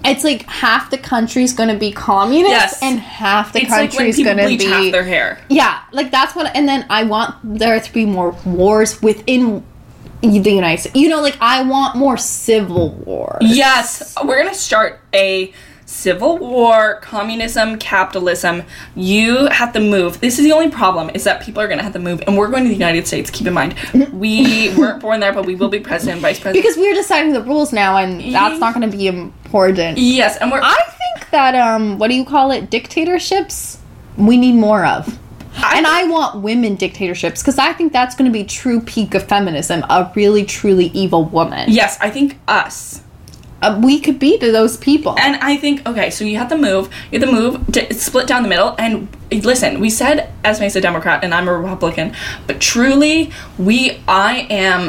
[SPEAKER 2] It's like half the country's gonna be communist
[SPEAKER 1] Yes.
[SPEAKER 2] and half the
[SPEAKER 1] it's like when
[SPEAKER 2] country's
[SPEAKER 1] people
[SPEAKER 2] gonna
[SPEAKER 1] bleach
[SPEAKER 2] be
[SPEAKER 1] half their hair.
[SPEAKER 2] Yeah, like that's what, and then I want there to be more wars within the United States. You know, like I want more civil war.
[SPEAKER 1] Yes, we're gonna start a civil war, communism, capitalism. You have to move. This is the only problem is that people are gonna have to move, and we're going to the United States. Keep in
[SPEAKER 2] *laughs*
[SPEAKER 1] mind, we weren't born there, but we will be president, vice president.
[SPEAKER 2] Because we're deciding the rules now, and that's not going to be important.
[SPEAKER 1] yes, and we're
[SPEAKER 2] I think that um, what do you call it? Dictatorships. We need more of. And I want women dictatorships because I think that's going to be true peak of feminism. A really, truly evil woman.
[SPEAKER 1] yes, I think us.
[SPEAKER 2] Uh, we could be to those people.
[SPEAKER 1] And I think okay, so you have to move. You have to move to split down the middle. And listen, we said Esme's a Democrat and I'm a Republican, but truly, we I am.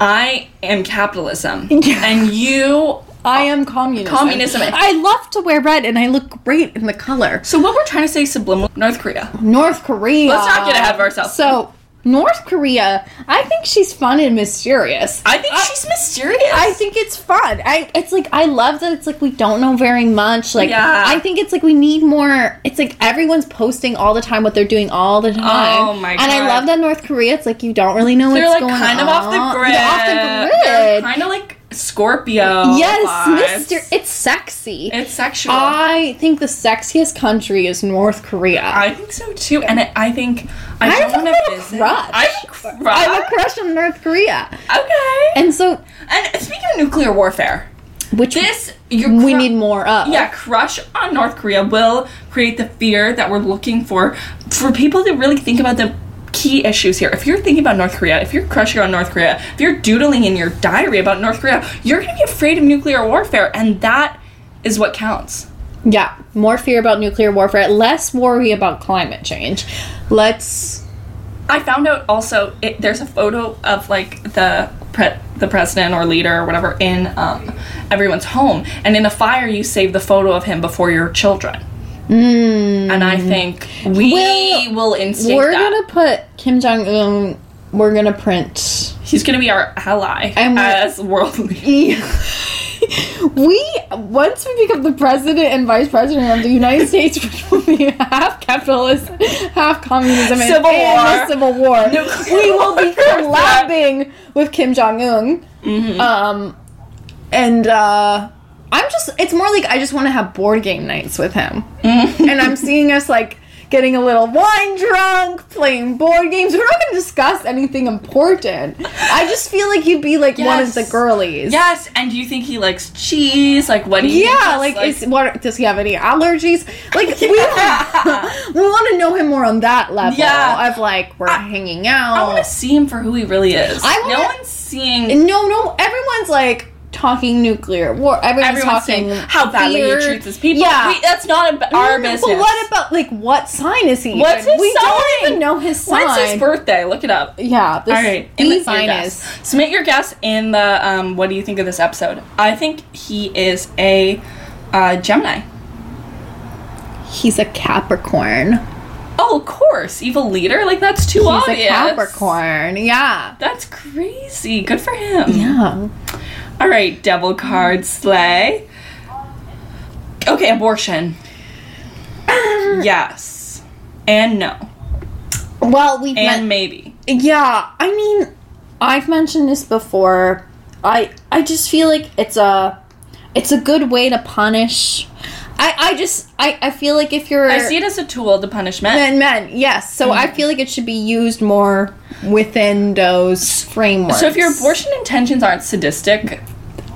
[SPEAKER 1] I am capitalism,
[SPEAKER 2] *laughs* Yeah.
[SPEAKER 1] and you.
[SPEAKER 2] I am communism.
[SPEAKER 1] Communism.
[SPEAKER 2] I love to wear red, and I look great in the color.
[SPEAKER 1] So what we're trying to say, is subliminal North Korea.
[SPEAKER 2] North Korea.
[SPEAKER 1] Let's not get ahead of ourselves.
[SPEAKER 2] So, North Korea, I think she's fun and mysterious.
[SPEAKER 1] I think she's mysterious.
[SPEAKER 2] Uh, I think it's fun. I it's like I love that it's like we don't know very much. Like
[SPEAKER 1] Yeah.
[SPEAKER 2] I think it's like we need more. It's like everyone's posting all the time what they're doing all the time.
[SPEAKER 1] Oh my
[SPEAKER 2] And I
[SPEAKER 1] God.
[SPEAKER 2] love that North Korea. It's like you don't really know
[SPEAKER 1] they're
[SPEAKER 2] what's
[SPEAKER 1] like
[SPEAKER 2] going on.
[SPEAKER 1] kind of off the grid.
[SPEAKER 2] They're off the
[SPEAKER 1] They're
[SPEAKER 2] grid.
[SPEAKER 1] kind of like Scorpio.
[SPEAKER 2] yes,
[SPEAKER 1] vibes.
[SPEAKER 2] Mister. It's sexy.
[SPEAKER 1] It's sexual.
[SPEAKER 2] I think the sexiest country is North Korea.
[SPEAKER 1] I think so too, and I- I think I,
[SPEAKER 2] I
[SPEAKER 1] don't
[SPEAKER 2] think
[SPEAKER 1] want
[SPEAKER 2] I have
[SPEAKER 1] to
[SPEAKER 2] a
[SPEAKER 1] visit.
[SPEAKER 2] crush.
[SPEAKER 1] I have a crush.
[SPEAKER 2] I have a crush on North Korea.
[SPEAKER 1] Okay. And,
[SPEAKER 2] And so,
[SPEAKER 1] speaking of nuclear warfare,
[SPEAKER 2] which
[SPEAKER 1] this your
[SPEAKER 2] we
[SPEAKER 1] cru-
[SPEAKER 2] need more of.
[SPEAKER 1] Yeah, crush on North Korea will create the fear that we're looking for for people to really think about the key issues here. If you're thinking about North Korea, if you're crushing on North Korea, if you're doodling in your diary about North Korea, you're going to be afraid of nuclear warfare, and that is what counts.
[SPEAKER 2] Yeah. More fear about nuclear warfare, less worry about climate change. Let's.
[SPEAKER 1] I found out also it, there's a photo of like the pre- the president or leader or whatever in um, everyone's home, and in a fire you save the photo of him before your children. Mm. And I think we
[SPEAKER 2] Well,
[SPEAKER 1] will instate
[SPEAKER 2] we're
[SPEAKER 1] that
[SPEAKER 2] gonna put Kim Jong Un. We're gonna print.
[SPEAKER 1] he's gonna be our ally
[SPEAKER 2] And we're-
[SPEAKER 1] as
[SPEAKER 2] *laughs*
[SPEAKER 1] world leader.
[SPEAKER 2] we once we become the president and vice president of the United States, *laughs* which will be half capitalist, half communism, and,
[SPEAKER 1] Civil
[SPEAKER 2] and
[SPEAKER 1] war.
[SPEAKER 2] a civil war,
[SPEAKER 1] Nuclear
[SPEAKER 2] *laughs* we
[SPEAKER 1] *laughs*
[SPEAKER 2] will be
[SPEAKER 1] war.
[SPEAKER 2] collabing with Kim Jong Un.
[SPEAKER 1] Mm-hmm.
[SPEAKER 2] Um, and uh, I'm just—it's more like I just want to have board game nights with
[SPEAKER 1] *laughs*
[SPEAKER 2] him, and I'm seeing us like. Getting a little wine drunk, playing board games. We're not going to discuss anything important. I just feel like you'd be like one of the
[SPEAKER 1] Yes.
[SPEAKER 2] girlies.
[SPEAKER 1] Yes, and do you think he likes cheese? Like what do you
[SPEAKER 2] Yeah,
[SPEAKER 1] think
[SPEAKER 2] like,
[SPEAKER 1] it's
[SPEAKER 2] is what does he have any allergies? Like we want, *laughs* we want to know him more on that level
[SPEAKER 1] Yeah.
[SPEAKER 2] of like we're hanging out.
[SPEAKER 1] I want to see him for who he really is.
[SPEAKER 2] I
[SPEAKER 1] no
[SPEAKER 2] wanna-
[SPEAKER 1] one's seeing
[SPEAKER 2] no, no, everyone's like talking nuclear war. Everyone's,
[SPEAKER 1] everyone's
[SPEAKER 2] talking
[SPEAKER 1] saying how badly
[SPEAKER 2] fear.
[SPEAKER 1] he treats his people.
[SPEAKER 2] Yeah.
[SPEAKER 1] We- that's not ab- our
[SPEAKER 2] No, no,
[SPEAKER 1] business.
[SPEAKER 2] But what about like what sign is he?
[SPEAKER 1] What's
[SPEAKER 2] even?
[SPEAKER 1] his
[SPEAKER 2] we don't
[SPEAKER 1] sign?
[SPEAKER 2] even know his sign.
[SPEAKER 1] When's his birthday? Look it up.
[SPEAKER 2] yeah, this,
[SPEAKER 1] All right,
[SPEAKER 2] the
[SPEAKER 1] in
[SPEAKER 2] sign
[SPEAKER 1] guess.
[SPEAKER 2] is.
[SPEAKER 1] Submit your guess in the um, what do you think of this episode? I think he is a uh, Gemini.
[SPEAKER 2] He's a Capricorn.
[SPEAKER 1] Oh, of course, evil leader. Like that's too
[SPEAKER 2] He's
[SPEAKER 1] obvious.
[SPEAKER 2] a Capricorn. Yeah.
[SPEAKER 1] That's crazy. Good for him.
[SPEAKER 2] Yeah.
[SPEAKER 1] All right, devil card slay. Okay,
[SPEAKER 2] *laughs*
[SPEAKER 1] abortion. yes, and no,
[SPEAKER 2] Well, we've met-
[SPEAKER 1] and maybe.
[SPEAKER 2] Yeah, I mean, I've mentioned this before. I I just feel like it's a it's a good way to punish. I I just I I feel like if you're
[SPEAKER 1] I see it Mm-hmm. as a tool to punishment.
[SPEAKER 2] men men yes, so I feel like it should be used more within those frameworks.
[SPEAKER 1] So if your abortion intentions aren't sadistic,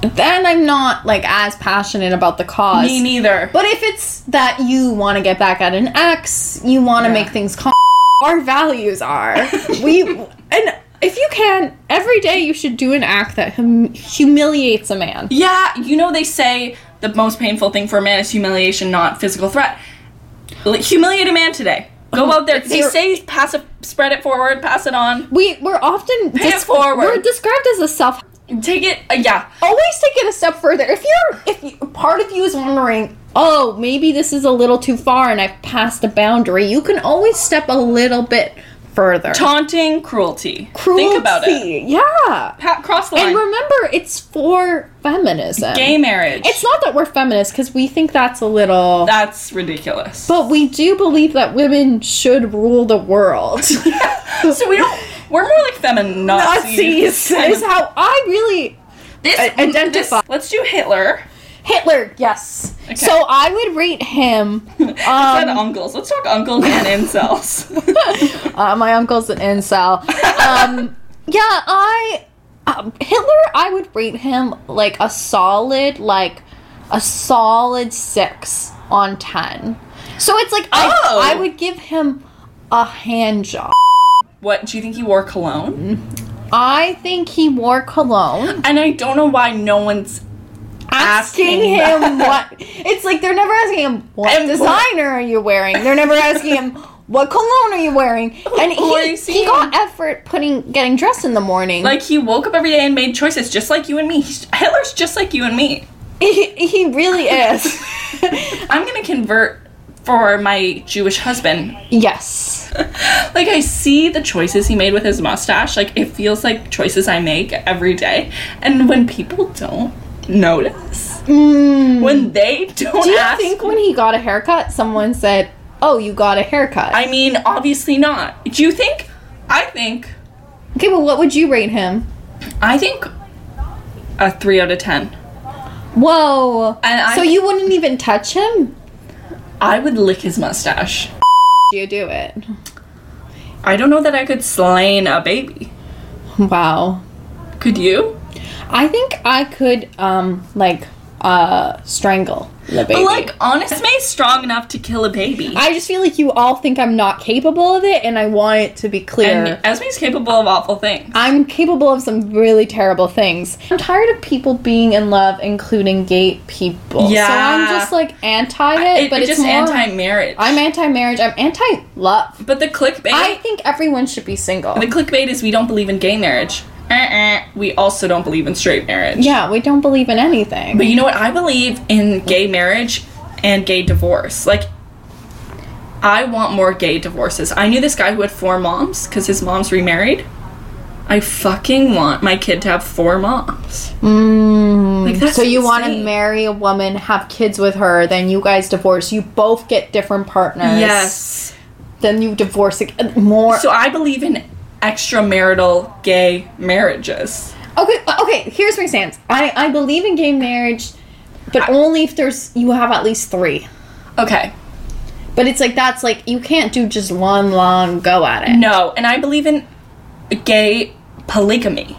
[SPEAKER 2] then I'm not like as passionate about the cause.
[SPEAKER 1] me neither.
[SPEAKER 2] But if it's that you want to get back at an ex, you want to
[SPEAKER 1] Yeah.
[SPEAKER 2] make things calm. Our
[SPEAKER 1] *laughs*
[SPEAKER 2] values are we and if you can every day you should do an act that hum- humiliates a man.
[SPEAKER 1] Yeah, you know they say the most painful thing for a man is humiliation, not physical threat. L- Humiliate a man today. Go
[SPEAKER 2] Oh,
[SPEAKER 1] out there. They
[SPEAKER 2] your-
[SPEAKER 1] say pass it, spread it forward, pass it on.
[SPEAKER 2] We we're often
[SPEAKER 1] Pay it forward.
[SPEAKER 2] We're described as a self.
[SPEAKER 1] Take it. Uh, yeah.
[SPEAKER 2] Always take it a step further. If you're if you, part of you is wondering, oh maybe this is a little too far and I've passed a boundary, you can always step a little bit further.
[SPEAKER 1] Taunting cruelty. Think about it.
[SPEAKER 2] Cruelty, Yeah.
[SPEAKER 1] Pat, cross the
[SPEAKER 2] And
[SPEAKER 1] line.
[SPEAKER 2] remember, it's for feminism.
[SPEAKER 1] Gay marriage.
[SPEAKER 2] It's not that we're feminists because we think that's a little.
[SPEAKER 1] That's ridiculous.
[SPEAKER 2] but we do believe that women should rule the
[SPEAKER 1] *laughs*
[SPEAKER 2] world.
[SPEAKER 1] so we don't. We're more like feminazis. *laughs*
[SPEAKER 2] Nazis
[SPEAKER 1] Kind of-
[SPEAKER 2] *laughs* is how I really
[SPEAKER 1] this,
[SPEAKER 2] I- identify-
[SPEAKER 1] this- let's do Hitler.
[SPEAKER 2] Hitler. Yes. So I would rate him.
[SPEAKER 1] Instead
[SPEAKER 2] Um,
[SPEAKER 1] uncles. Let's talk uncles and incels. *laughs*
[SPEAKER 2] *laughs* uh, my uncle's an incel. Um, yeah, I um, Hitler. I would rate him like a solid, like a solid six on ten. So it's like
[SPEAKER 1] Oh.
[SPEAKER 2] I, I would give him a hand job.
[SPEAKER 1] what do you think he wore cologne?
[SPEAKER 2] I think he wore cologne.
[SPEAKER 1] And I don't know why no one's
[SPEAKER 2] asking
[SPEAKER 1] Asking
[SPEAKER 2] him what it's like they're never asking him what
[SPEAKER 1] And
[SPEAKER 2] designer are you wearing they're never asking him what cologne are you wearing and
[SPEAKER 1] Who are
[SPEAKER 2] he,
[SPEAKER 1] you
[SPEAKER 2] he got effort putting getting dressed in the morning
[SPEAKER 1] like he woke up every day and made choices just like you and me. He's- Hitler's just like you and me.
[SPEAKER 2] he, he really is
[SPEAKER 1] *laughs* I'm gonna convert for my Jewish husband. *laughs*
[SPEAKER 2] yes
[SPEAKER 1] like I see the choices he made with his mustache. Like it feels like choices I make every day. And when people don't notice, when they don't
[SPEAKER 2] do you
[SPEAKER 1] ask,
[SPEAKER 2] think when he got a haircut someone said oh you got a haircut
[SPEAKER 1] I mean, obviously not. Do you think? I think.
[SPEAKER 2] okay well what would you rate him
[SPEAKER 1] I think a three out of ten.
[SPEAKER 2] whoa
[SPEAKER 1] And I-
[SPEAKER 2] so you wouldn't even touch him
[SPEAKER 1] I would lick his mustache.
[SPEAKER 2] you do it
[SPEAKER 1] I don't know that I could slain a baby.
[SPEAKER 2] wow
[SPEAKER 1] Could you?
[SPEAKER 2] I think I could um like uh strangle the baby.
[SPEAKER 1] But like,
[SPEAKER 2] *laughs*
[SPEAKER 1] honest May's strong enough to kill a baby.
[SPEAKER 2] I just feel like you all think I'm not capable of it and I want it to be clear.
[SPEAKER 1] and Esme's capable of awful things.
[SPEAKER 2] I'm capable of some really terrible things. I'm tired of people being in love, including gay people. So
[SPEAKER 1] Yeah.
[SPEAKER 2] I'm just like anti it,
[SPEAKER 1] It-
[SPEAKER 2] but
[SPEAKER 1] it's
[SPEAKER 2] it's
[SPEAKER 1] just
[SPEAKER 2] more,
[SPEAKER 1] anti-marriage.
[SPEAKER 2] I'm anti marriage. I'm anti love.
[SPEAKER 1] But the clickbait.
[SPEAKER 2] I think everyone should be single.
[SPEAKER 1] the clickbait is we don't believe in gay marriage. Uh-uh. We also don't believe in straight marriage.
[SPEAKER 2] yeah, we don't believe in anything.
[SPEAKER 1] But you know what? I believe in gay marriage and gay divorce. Like, I want more gay divorces. I knew this guy who had four moms because his mom's remarried. I fucking want my kid to have four moms.
[SPEAKER 2] Mm.
[SPEAKER 1] Like, that's
[SPEAKER 2] so you want to
[SPEAKER 1] insane.
[SPEAKER 2] marry a woman, have kids with her, then you guys divorce. You both get different partners.
[SPEAKER 1] Yes.
[SPEAKER 2] Then you divorce ag- more.
[SPEAKER 1] So I believe in extramarital gay marriages.
[SPEAKER 2] okay, okay. Here's my stance. I I believe in gay marriage, but only if there's you have at least three.
[SPEAKER 1] Okay.
[SPEAKER 2] But it's like that's like you can't do just one long go at it.
[SPEAKER 1] No, and I believe in gay polygamy.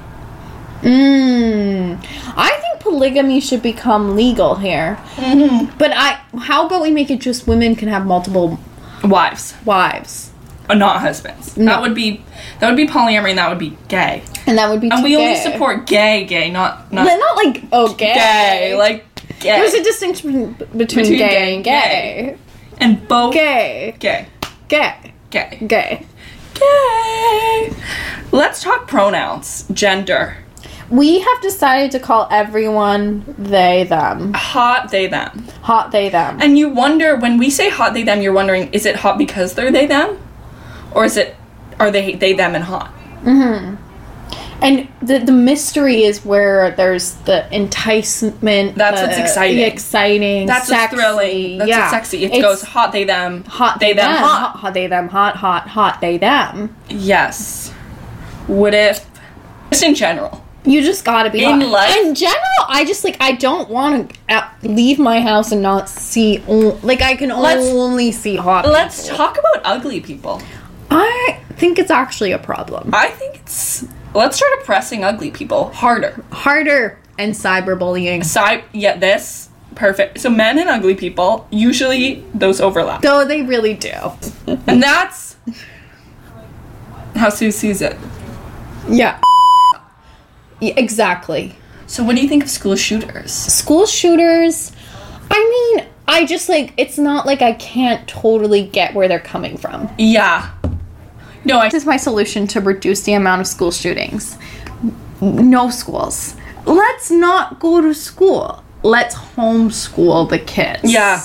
[SPEAKER 2] Mm. I think polygamy should become legal here.
[SPEAKER 1] Mm-hmm.
[SPEAKER 2] But I how about we make it just women can have multiple
[SPEAKER 1] Wives,
[SPEAKER 2] wives,
[SPEAKER 1] uh, not husbands. That would be that would be polyamory, and that would be gay.
[SPEAKER 2] and that would be
[SPEAKER 1] And
[SPEAKER 2] too
[SPEAKER 1] we only
[SPEAKER 2] gay.
[SPEAKER 1] support gay, gay, not not
[SPEAKER 2] But not like oh gay.
[SPEAKER 1] gay, like gay.
[SPEAKER 2] there's a distinction between, between
[SPEAKER 1] Between
[SPEAKER 2] gay,
[SPEAKER 1] gay
[SPEAKER 2] and
[SPEAKER 1] and
[SPEAKER 2] gay.
[SPEAKER 1] and both gay,
[SPEAKER 2] Gay,
[SPEAKER 1] gay,
[SPEAKER 2] gay,
[SPEAKER 1] gay,
[SPEAKER 2] gay.
[SPEAKER 1] Let's talk pronouns, gender,
[SPEAKER 2] We have decided to call everyone they them.
[SPEAKER 1] hot, they, them.
[SPEAKER 2] Hot they them.
[SPEAKER 1] And you wonder when we say hot, they, them, you're wondering is it hot because they're they, them, or is it are they they, them, and hot?
[SPEAKER 2] And the the mystery is where there's the enticement.
[SPEAKER 1] That's
[SPEAKER 2] the-
[SPEAKER 1] what's exciting.
[SPEAKER 2] the exciting.
[SPEAKER 1] That's
[SPEAKER 2] sexy.
[SPEAKER 1] what's thrilling. That's
[SPEAKER 2] yeah.
[SPEAKER 1] what's sexy. It
[SPEAKER 2] It's
[SPEAKER 1] goes hot, they, them,
[SPEAKER 2] hot
[SPEAKER 1] they, them, hot.
[SPEAKER 2] hot they them hot hot hot they them.
[SPEAKER 1] Yes. What if just in general?
[SPEAKER 2] You just gotta be
[SPEAKER 1] In
[SPEAKER 2] hot.
[SPEAKER 1] life-
[SPEAKER 2] In general, I just like I don't want to leave my house and not see. o- Like I can
[SPEAKER 1] Let's-
[SPEAKER 2] only see hot.
[SPEAKER 1] Let's
[SPEAKER 2] people.
[SPEAKER 1] talk about ugly people.
[SPEAKER 2] I think it's actually a problem.
[SPEAKER 1] I think it's let's start oppressing ugly people harder.
[SPEAKER 2] Harder and cyberbullying.
[SPEAKER 1] Side yeah, this perfect. So men and ugly people usually those overlap,
[SPEAKER 2] Though they really do.
[SPEAKER 1] and that's how Sue sees it.
[SPEAKER 2] Yeah. Yeah, Exactly.
[SPEAKER 1] So what do you think of school shooters?
[SPEAKER 2] School shooters. I mean, I just like it's not like I can't totally get where they're coming from.
[SPEAKER 1] Yeah. No, I
[SPEAKER 2] This is my solution to reduce the amount of school shootings. No schools. Let's not go to school. Let's homeschool the kids.
[SPEAKER 1] Yeah.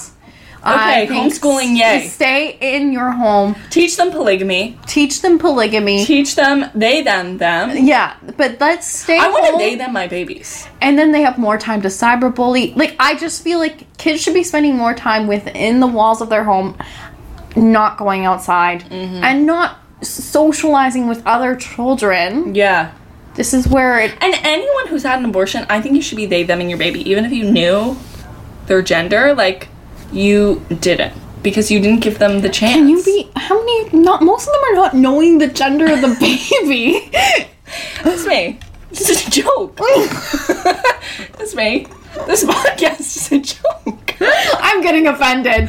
[SPEAKER 2] I
[SPEAKER 1] Okay,
[SPEAKER 2] think
[SPEAKER 1] homeschooling,
[SPEAKER 2] s-
[SPEAKER 1] yay.
[SPEAKER 2] Stay in your home.
[SPEAKER 1] Teach them polygamy.
[SPEAKER 2] Teach them polygamy.
[SPEAKER 1] Teach them they them them.
[SPEAKER 2] yeah, but let's stay
[SPEAKER 1] I want
[SPEAKER 2] home.
[SPEAKER 1] to they them my babies.
[SPEAKER 2] and then they have more time to cyberbully. Like I just feel like kids should be spending more time within the walls of their home, not going outside
[SPEAKER 1] Mm-hmm.
[SPEAKER 2] and not socializing with other children.
[SPEAKER 1] Yeah.
[SPEAKER 2] This is where it
[SPEAKER 1] And anyone who's had an abortion, I think you should be they them and your baby, even if you knew their gender. Like you didn't because you didn't give them the chance.
[SPEAKER 2] Can you be how many not most of them are not knowing the gender of the
[SPEAKER 1] *laughs*
[SPEAKER 2] *laughs* baby.
[SPEAKER 1] *gasps* That's me. This is a joke. *laughs* That's me. This podcast is a joke. *laughs*
[SPEAKER 2] I'm getting offended.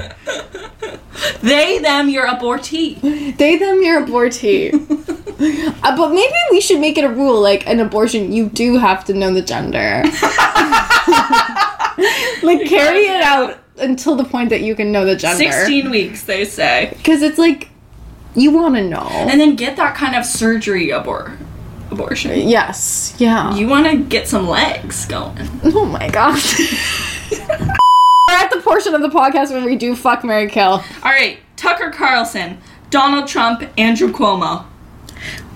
[SPEAKER 1] they them your abortee. *laughs*
[SPEAKER 2] They them your abortee. Uh, but maybe we should make it a rule like an abortion you do have to know the
[SPEAKER 1] *laughs*
[SPEAKER 2] gender. like carry it out until the point that you can know the gender.
[SPEAKER 1] Sixteen weeks, they say.
[SPEAKER 2] Cuz it's like you want to know.
[SPEAKER 1] And then get that kind of surgery abor abortion.
[SPEAKER 2] Yes. Yeah.
[SPEAKER 1] You want to get some legs going.
[SPEAKER 2] oh my
[SPEAKER 1] *laughs*
[SPEAKER 2] gosh. We're at the portion of the podcast where we do fuck Mary Kill.
[SPEAKER 1] All right, Tucker Carlson, Donald Trump, Andrew Cuomo.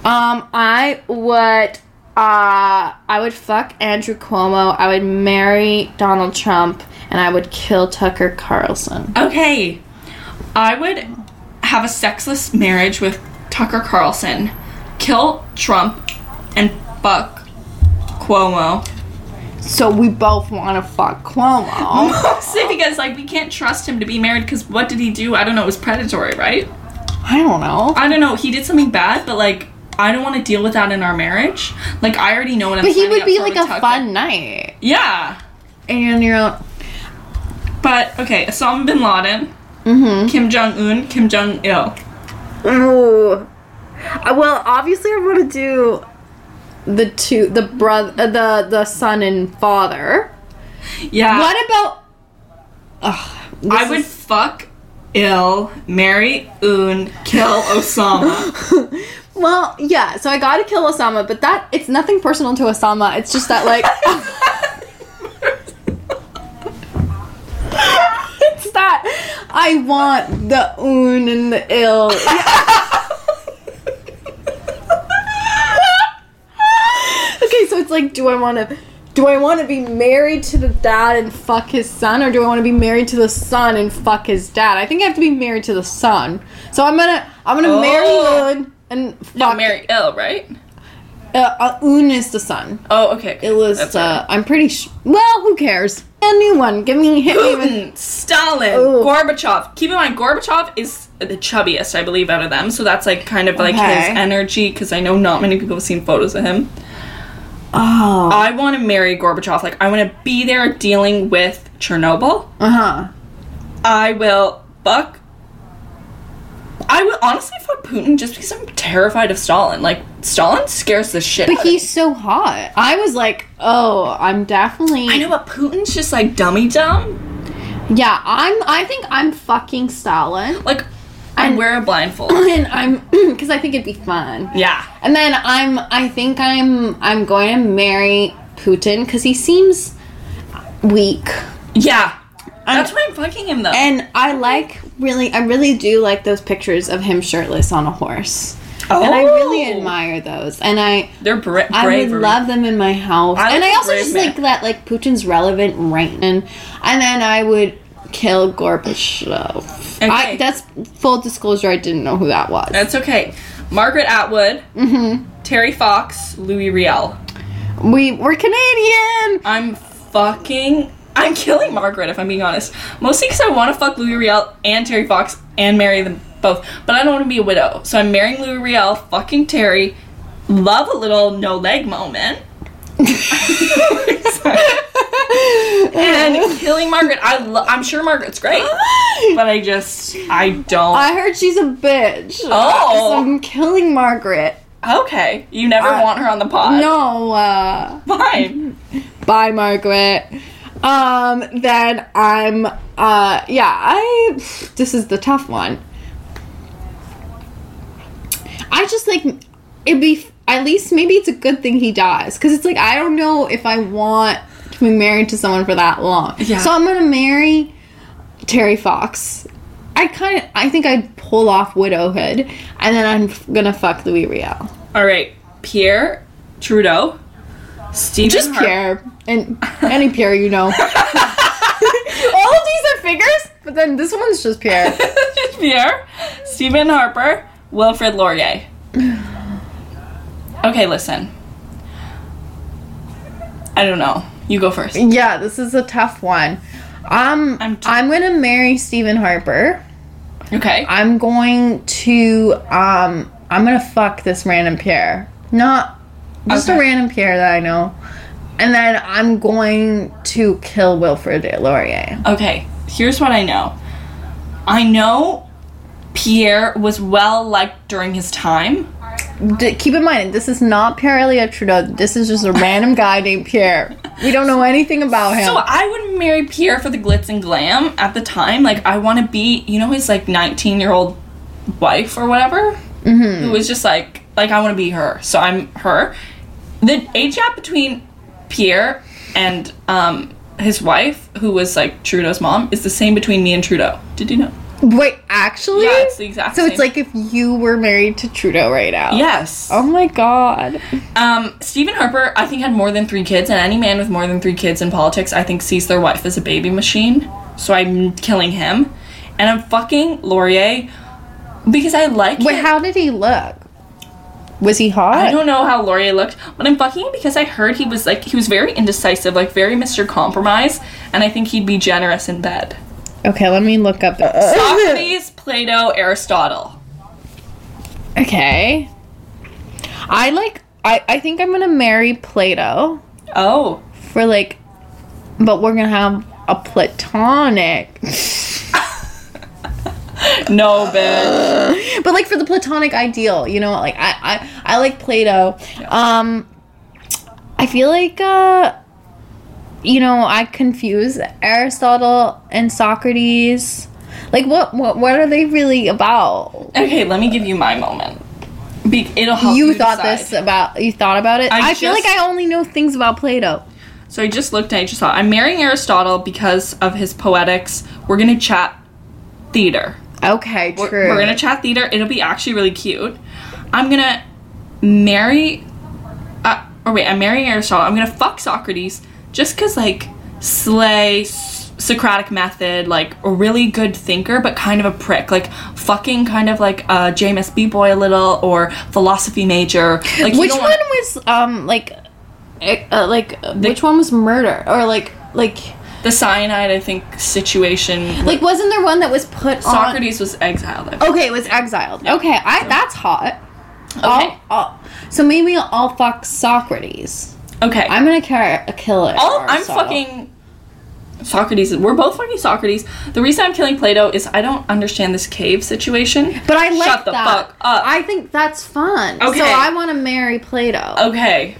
[SPEAKER 2] Um, I would, uh, I would fuck Andrew Cuomo. I would marry Donald Trump, and I would kill Tucker Carlson.
[SPEAKER 1] Okay, I would have a sexless marriage with Tucker Carlson, kill Trump, and fuck Cuomo. *laughs*
[SPEAKER 2] So we both want to fuck Cuomo.
[SPEAKER 1] Mostly because like we can't trust him to be married because what did he do? I don't know. It was predatory, right?
[SPEAKER 2] *laughs* I don't know,
[SPEAKER 1] I don't know. He did something bad, but like I don't want to deal with that in our marriage. Like I already know what I'm.
[SPEAKER 2] but he
[SPEAKER 1] signing
[SPEAKER 2] would
[SPEAKER 1] up
[SPEAKER 2] be
[SPEAKER 1] for
[SPEAKER 2] like
[SPEAKER 1] with
[SPEAKER 2] a
[SPEAKER 1] Tucker.
[SPEAKER 2] fun night.
[SPEAKER 1] Yeah,
[SPEAKER 2] And you're like,
[SPEAKER 1] but okay. Osama bin Laden,
[SPEAKER 2] mm-hmm.
[SPEAKER 1] Kim Jong Un, Kim Jong Il.
[SPEAKER 2] Ooh. Uh, Well, obviously, I want to do the two, the brother, uh, the the son and father.
[SPEAKER 1] Yeah,
[SPEAKER 2] What about? Ugh,
[SPEAKER 1] I
[SPEAKER 2] this
[SPEAKER 1] would
[SPEAKER 2] is-
[SPEAKER 1] fuck Il, marry Un, kill Osama.
[SPEAKER 2] *laughs* Well, yeah. So I gotta kill Osama, but that it's nothing personal to Osama. It's just that like *laughs* it's that I want the oon and the ill. *laughs* okay, so it's like, do I want to? Do I want to be married to the dad and fuck his son, or do I want to be married to the son and fuck his dad? I think I have to be married to the son. So I'm gonna, I'm gonna
[SPEAKER 1] Oh.
[SPEAKER 2] marry Un and fuck.
[SPEAKER 1] no, marry Il, right?
[SPEAKER 2] Uh, uh, Un is the son.
[SPEAKER 1] Oh, okay. okay.
[SPEAKER 2] It was.
[SPEAKER 1] That's
[SPEAKER 2] Uh, I'm pretty. Sh- well, who cares? A new one. Give me hit
[SPEAKER 1] *gasps*
[SPEAKER 2] me with.
[SPEAKER 1] Putin, Stalin,
[SPEAKER 2] Ooh.
[SPEAKER 1] Gorbachev. Keep in mind, Gorbachev is the chubbiest, I believe, out of them. So that's like kind of like his
[SPEAKER 2] Okay.
[SPEAKER 1] energy, because I know not many people have seen photos of him.
[SPEAKER 2] Oh.
[SPEAKER 1] I want to marry Gorbachev. Like, I want to be there dealing with Chernobyl.
[SPEAKER 2] Uh huh.
[SPEAKER 1] I will fuck. I would honestly fuck Putin just because I'm terrified of Stalin. Like, Stalin scares the shit out
[SPEAKER 2] But
[SPEAKER 1] of me.
[SPEAKER 2] he's so hot. I was like, oh, I'm definitely.
[SPEAKER 1] I know, but Putin's just like dummy dumb.
[SPEAKER 2] Yeah, I'm. I think I'm fucking Stalin,
[SPEAKER 1] Like, I
[SPEAKER 2] And-
[SPEAKER 1] wear a blindfold.
[SPEAKER 2] and I'm *clears throat* because I think it'd be fun.
[SPEAKER 1] yeah.
[SPEAKER 2] And then I'm. I think I'm. I'm going to marry Putin because he seems weak,
[SPEAKER 1] Yeah. That's why I'm fucking him though.
[SPEAKER 2] and I like really. I really do like those pictures of him shirtless on a horse.
[SPEAKER 1] oh.
[SPEAKER 2] And I really admire those. And I
[SPEAKER 1] They're bra-
[SPEAKER 2] I
[SPEAKER 1] brave.
[SPEAKER 2] would love them in my house.
[SPEAKER 1] I
[SPEAKER 2] and
[SPEAKER 1] like
[SPEAKER 2] I
[SPEAKER 1] a
[SPEAKER 2] also
[SPEAKER 1] brave
[SPEAKER 2] just
[SPEAKER 1] man.
[SPEAKER 2] like that like Putin's relevant right and and then I would kill Gorbachev.
[SPEAKER 1] Okay.
[SPEAKER 2] I, that's full disclosure I didn't know who that was.
[SPEAKER 1] That's okay. Margaret Atwood,
[SPEAKER 2] Mm-hmm.
[SPEAKER 1] Terry Fox, Louis Riel.
[SPEAKER 2] we
[SPEAKER 1] *laughs*
[SPEAKER 2] we're Canadian.
[SPEAKER 1] I'm fucking. I'm killing Margaret if I'm being honest. Mostly because I want to fuck Louis Riel and Terry Fox and marry them both, but I don't want to be a widow. So I'm marrying Louis Riel, fucking Terry. Love a little no leg moment. *laughs* and killing Margaret. I lo- I'm sure Margaret's
[SPEAKER 2] *laughs*
[SPEAKER 1] great, but I just I don't.
[SPEAKER 2] I heard she's a bitch.
[SPEAKER 1] Oh.
[SPEAKER 2] So I'm killing Margaret.
[SPEAKER 1] Okay. You never
[SPEAKER 2] I-
[SPEAKER 1] want her on the pod.
[SPEAKER 2] No, uh
[SPEAKER 1] Fine.
[SPEAKER 2] bye Margaret. Um then I'm uh yeah, I this is the tough one. I just like it'd be at least maybe it's a good thing he dies cuz it's like I don't know if I want to be married to someone for that long.
[SPEAKER 1] Yeah.
[SPEAKER 2] So I'm going to marry Terry Fox. I kind of, I think I'd pull off Widowhood, and then I'm f- gonna fuck Louis Riel.
[SPEAKER 1] All right, Pierre Trudeau, Stephen
[SPEAKER 2] Just
[SPEAKER 1] Har-
[SPEAKER 2] Pierre and any Pierre
[SPEAKER 1] *laughs*
[SPEAKER 2] you know. All of these are figures, but then this one's just Pierre.
[SPEAKER 1] Just *laughs* Pierre, Stephen Harper, Wilfred Laurier. Okay, listen. I don't know. You go first.
[SPEAKER 2] Yeah, this is a tough one. Um,
[SPEAKER 1] I'm
[SPEAKER 2] I'm,
[SPEAKER 1] t-
[SPEAKER 2] I'm gonna marry Stephen Harper.
[SPEAKER 1] Okay.
[SPEAKER 2] I'm going to um, I'm gonna fuck this random Pierre. Not just
[SPEAKER 1] Okay.
[SPEAKER 2] a random Pierre that I know. And then I'm going to kill Wilfred Laurier.
[SPEAKER 1] Okay, here's what I know. I know Pierre was well liked during his time.
[SPEAKER 2] D- keep in mind, this is not Pierre Elliott Trudeau. This is just a random guy named Pierre. We don't know anything about
[SPEAKER 1] *laughs*
[SPEAKER 2] him.
[SPEAKER 1] So I would marry Pierre for the glitz and glam at the time. Like I want to be, you know, his like 19 year old wife or whatever, mm-hmm. who was just like, like I want to be her. So I'm her. The age gap between Pierre and um, his wife, who was like Trudeau's mom, is the same between me and Trudeau. Did you know?
[SPEAKER 2] Wait, actually?
[SPEAKER 1] Yeah, it's the exact
[SPEAKER 2] So it's
[SPEAKER 1] same.
[SPEAKER 2] like if you were married to Trudeau right now.
[SPEAKER 1] Yes.
[SPEAKER 2] Oh my god.
[SPEAKER 1] Um, Stephen Harper, I think, had more than three kids, and any man with more than three kids in politics, I think, sees their wife as a baby machine. So I'm killing him, and I'm fucking Laurier because I like.
[SPEAKER 2] Wait,
[SPEAKER 1] him.
[SPEAKER 2] how did he look? Was he hot?
[SPEAKER 1] I don't know how Laurier looked, but I'm fucking him because I heard he was like he was very indecisive, like very Mr. Compromise, and I think he'd be generous in
[SPEAKER 2] *laughs*
[SPEAKER 1] bed.
[SPEAKER 2] Okay, let me look up.
[SPEAKER 1] Uh, Socrates, Plato, Aristotle. uh.
[SPEAKER 2] okay. I like. I, I think I'm gonna marry Plato
[SPEAKER 1] Oh,
[SPEAKER 2] for like, but we're gonna have a platonic. *laughs*
[SPEAKER 1] no, bitch.
[SPEAKER 2] but like for the platonic ideal, you know, like I I, I like Plato. Um, I feel like uh, you know, I confuse Aristotle and Socrates. Like what what what are they really about?
[SPEAKER 1] Okay, let me give you my moment. Be- it'll help Oh, you.
[SPEAKER 2] you thought
[SPEAKER 1] decide.
[SPEAKER 2] this about you thought about it.
[SPEAKER 1] I
[SPEAKER 2] I, feel
[SPEAKER 1] just-
[SPEAKER 2] like I only know things about Plato.
[SPEAKER 1] So I just looked and I just thought, I'm marrying Aristotle because of his poetics. We're gonna chat theater.
[SPEAKER 2] Okay,
[SPEAKER 1] We're,
[SPEAKER 2] true.
[SPEAKER 1] we're gonna chat theater. It'll be actually really cute. I'm gonna marry. Uh, or wait, I'm marrying Aristotle. I'm gonna fuck Socrates just because, like, slay S- Socratic method, like, a really good thinker, but kind of a prick. Like, fucking kind of like a JMS B boy a little or philosophy major. Like, you
[SPEAKER 2] which
[SPEAKER 1] don't
[SPEAKER 2] one
[SPEAKER 1] wanna-
[SPEAKER 2] was um like eh, uh, like uh, which one was murder or like like
[SPEAKER 1] the cyanide, I think, situation.
[SPEAKER 2] like wasn't there one that was put on
[SPEAKER 1] Socrates was exiled. I
[SPEAKER 2] Okay, it was exiled. Okay, I that's hot. I'll- I'll- so maybe I'll fuck Socrates.
[SPEAKER 1] Okay.
[SPEAKER 2] I'm gonna car- kill it.
[SPEAKER 1] All, Oh, I'm fucking Socrates. We're both fucking Socrates. The reason I'm killing Plato is I don't understand this cave situation.
[SPEAKER 2] But I like
[SPEAKER 1] Shut the
[SPEAKER 2] that.
[SPEAKER 1] fuck up.
[SPEAKER 2] I think that's fun.
[SPEAKER 1] Okay. Oh.
[SPEAKER 2] So I want to marry Plato.
[SPEAKER 1] Okay.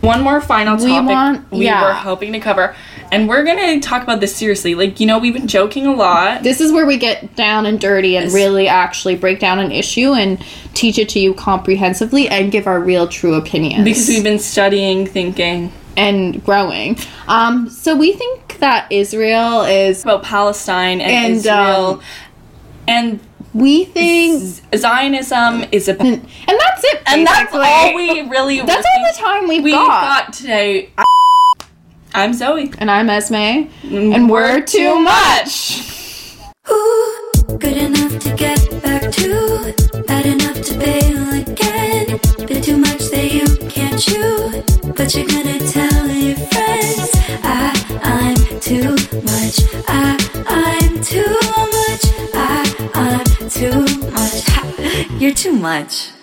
[SPEAKER 1] One more final
[SPEAKER 2] We
[SPEAKER 1] topic we,
[SPEAKER 2] want- yeah.
[SPEAKER 1] were hoping to cover. And we're going to talk about this seriously. Like, you know, we've been joking a lot.
[SPEAKER 2] This is where we get down and dirty and really actually break down an issue and teach it to you comprehensively and give our real true opinions
[SPEAKER 1] Because we've been studying, thinking
[SPEAKER 2] and growing. Um, so we think that Israel is.
[SPEAKER 1] about Palestine and,
[SPEAKER 2] And,
[SPEAKER 1] Israel.
[SPEAKER 2] um,
[SPEAKER 1] and
[SPEAKER 2] We think,
[SPEAKER 1] Zionism is a.
[SPEAKER 2] and that's it.
[SPEAKER 1] And that's
[SPEAKER 2] basically.
[SPEAKER 1] all we really.
[SPEAKER 2] That's all the time we've
[SPEAKER 1] we
[SPEAKER 2] got.
[SPEAKER 1] got today. I'm Zoe.
[SPEAKER 2] And I'm Esme, and we're too much.
[SPEAKER 3] Ooh, good enough to get back to, bad enough to bail again. Bit too much that you can't chew, but you're gonna tell your friends. I, I'm too much. I, I'm Ah, too much. I, I'm too much. Ha, you're too much.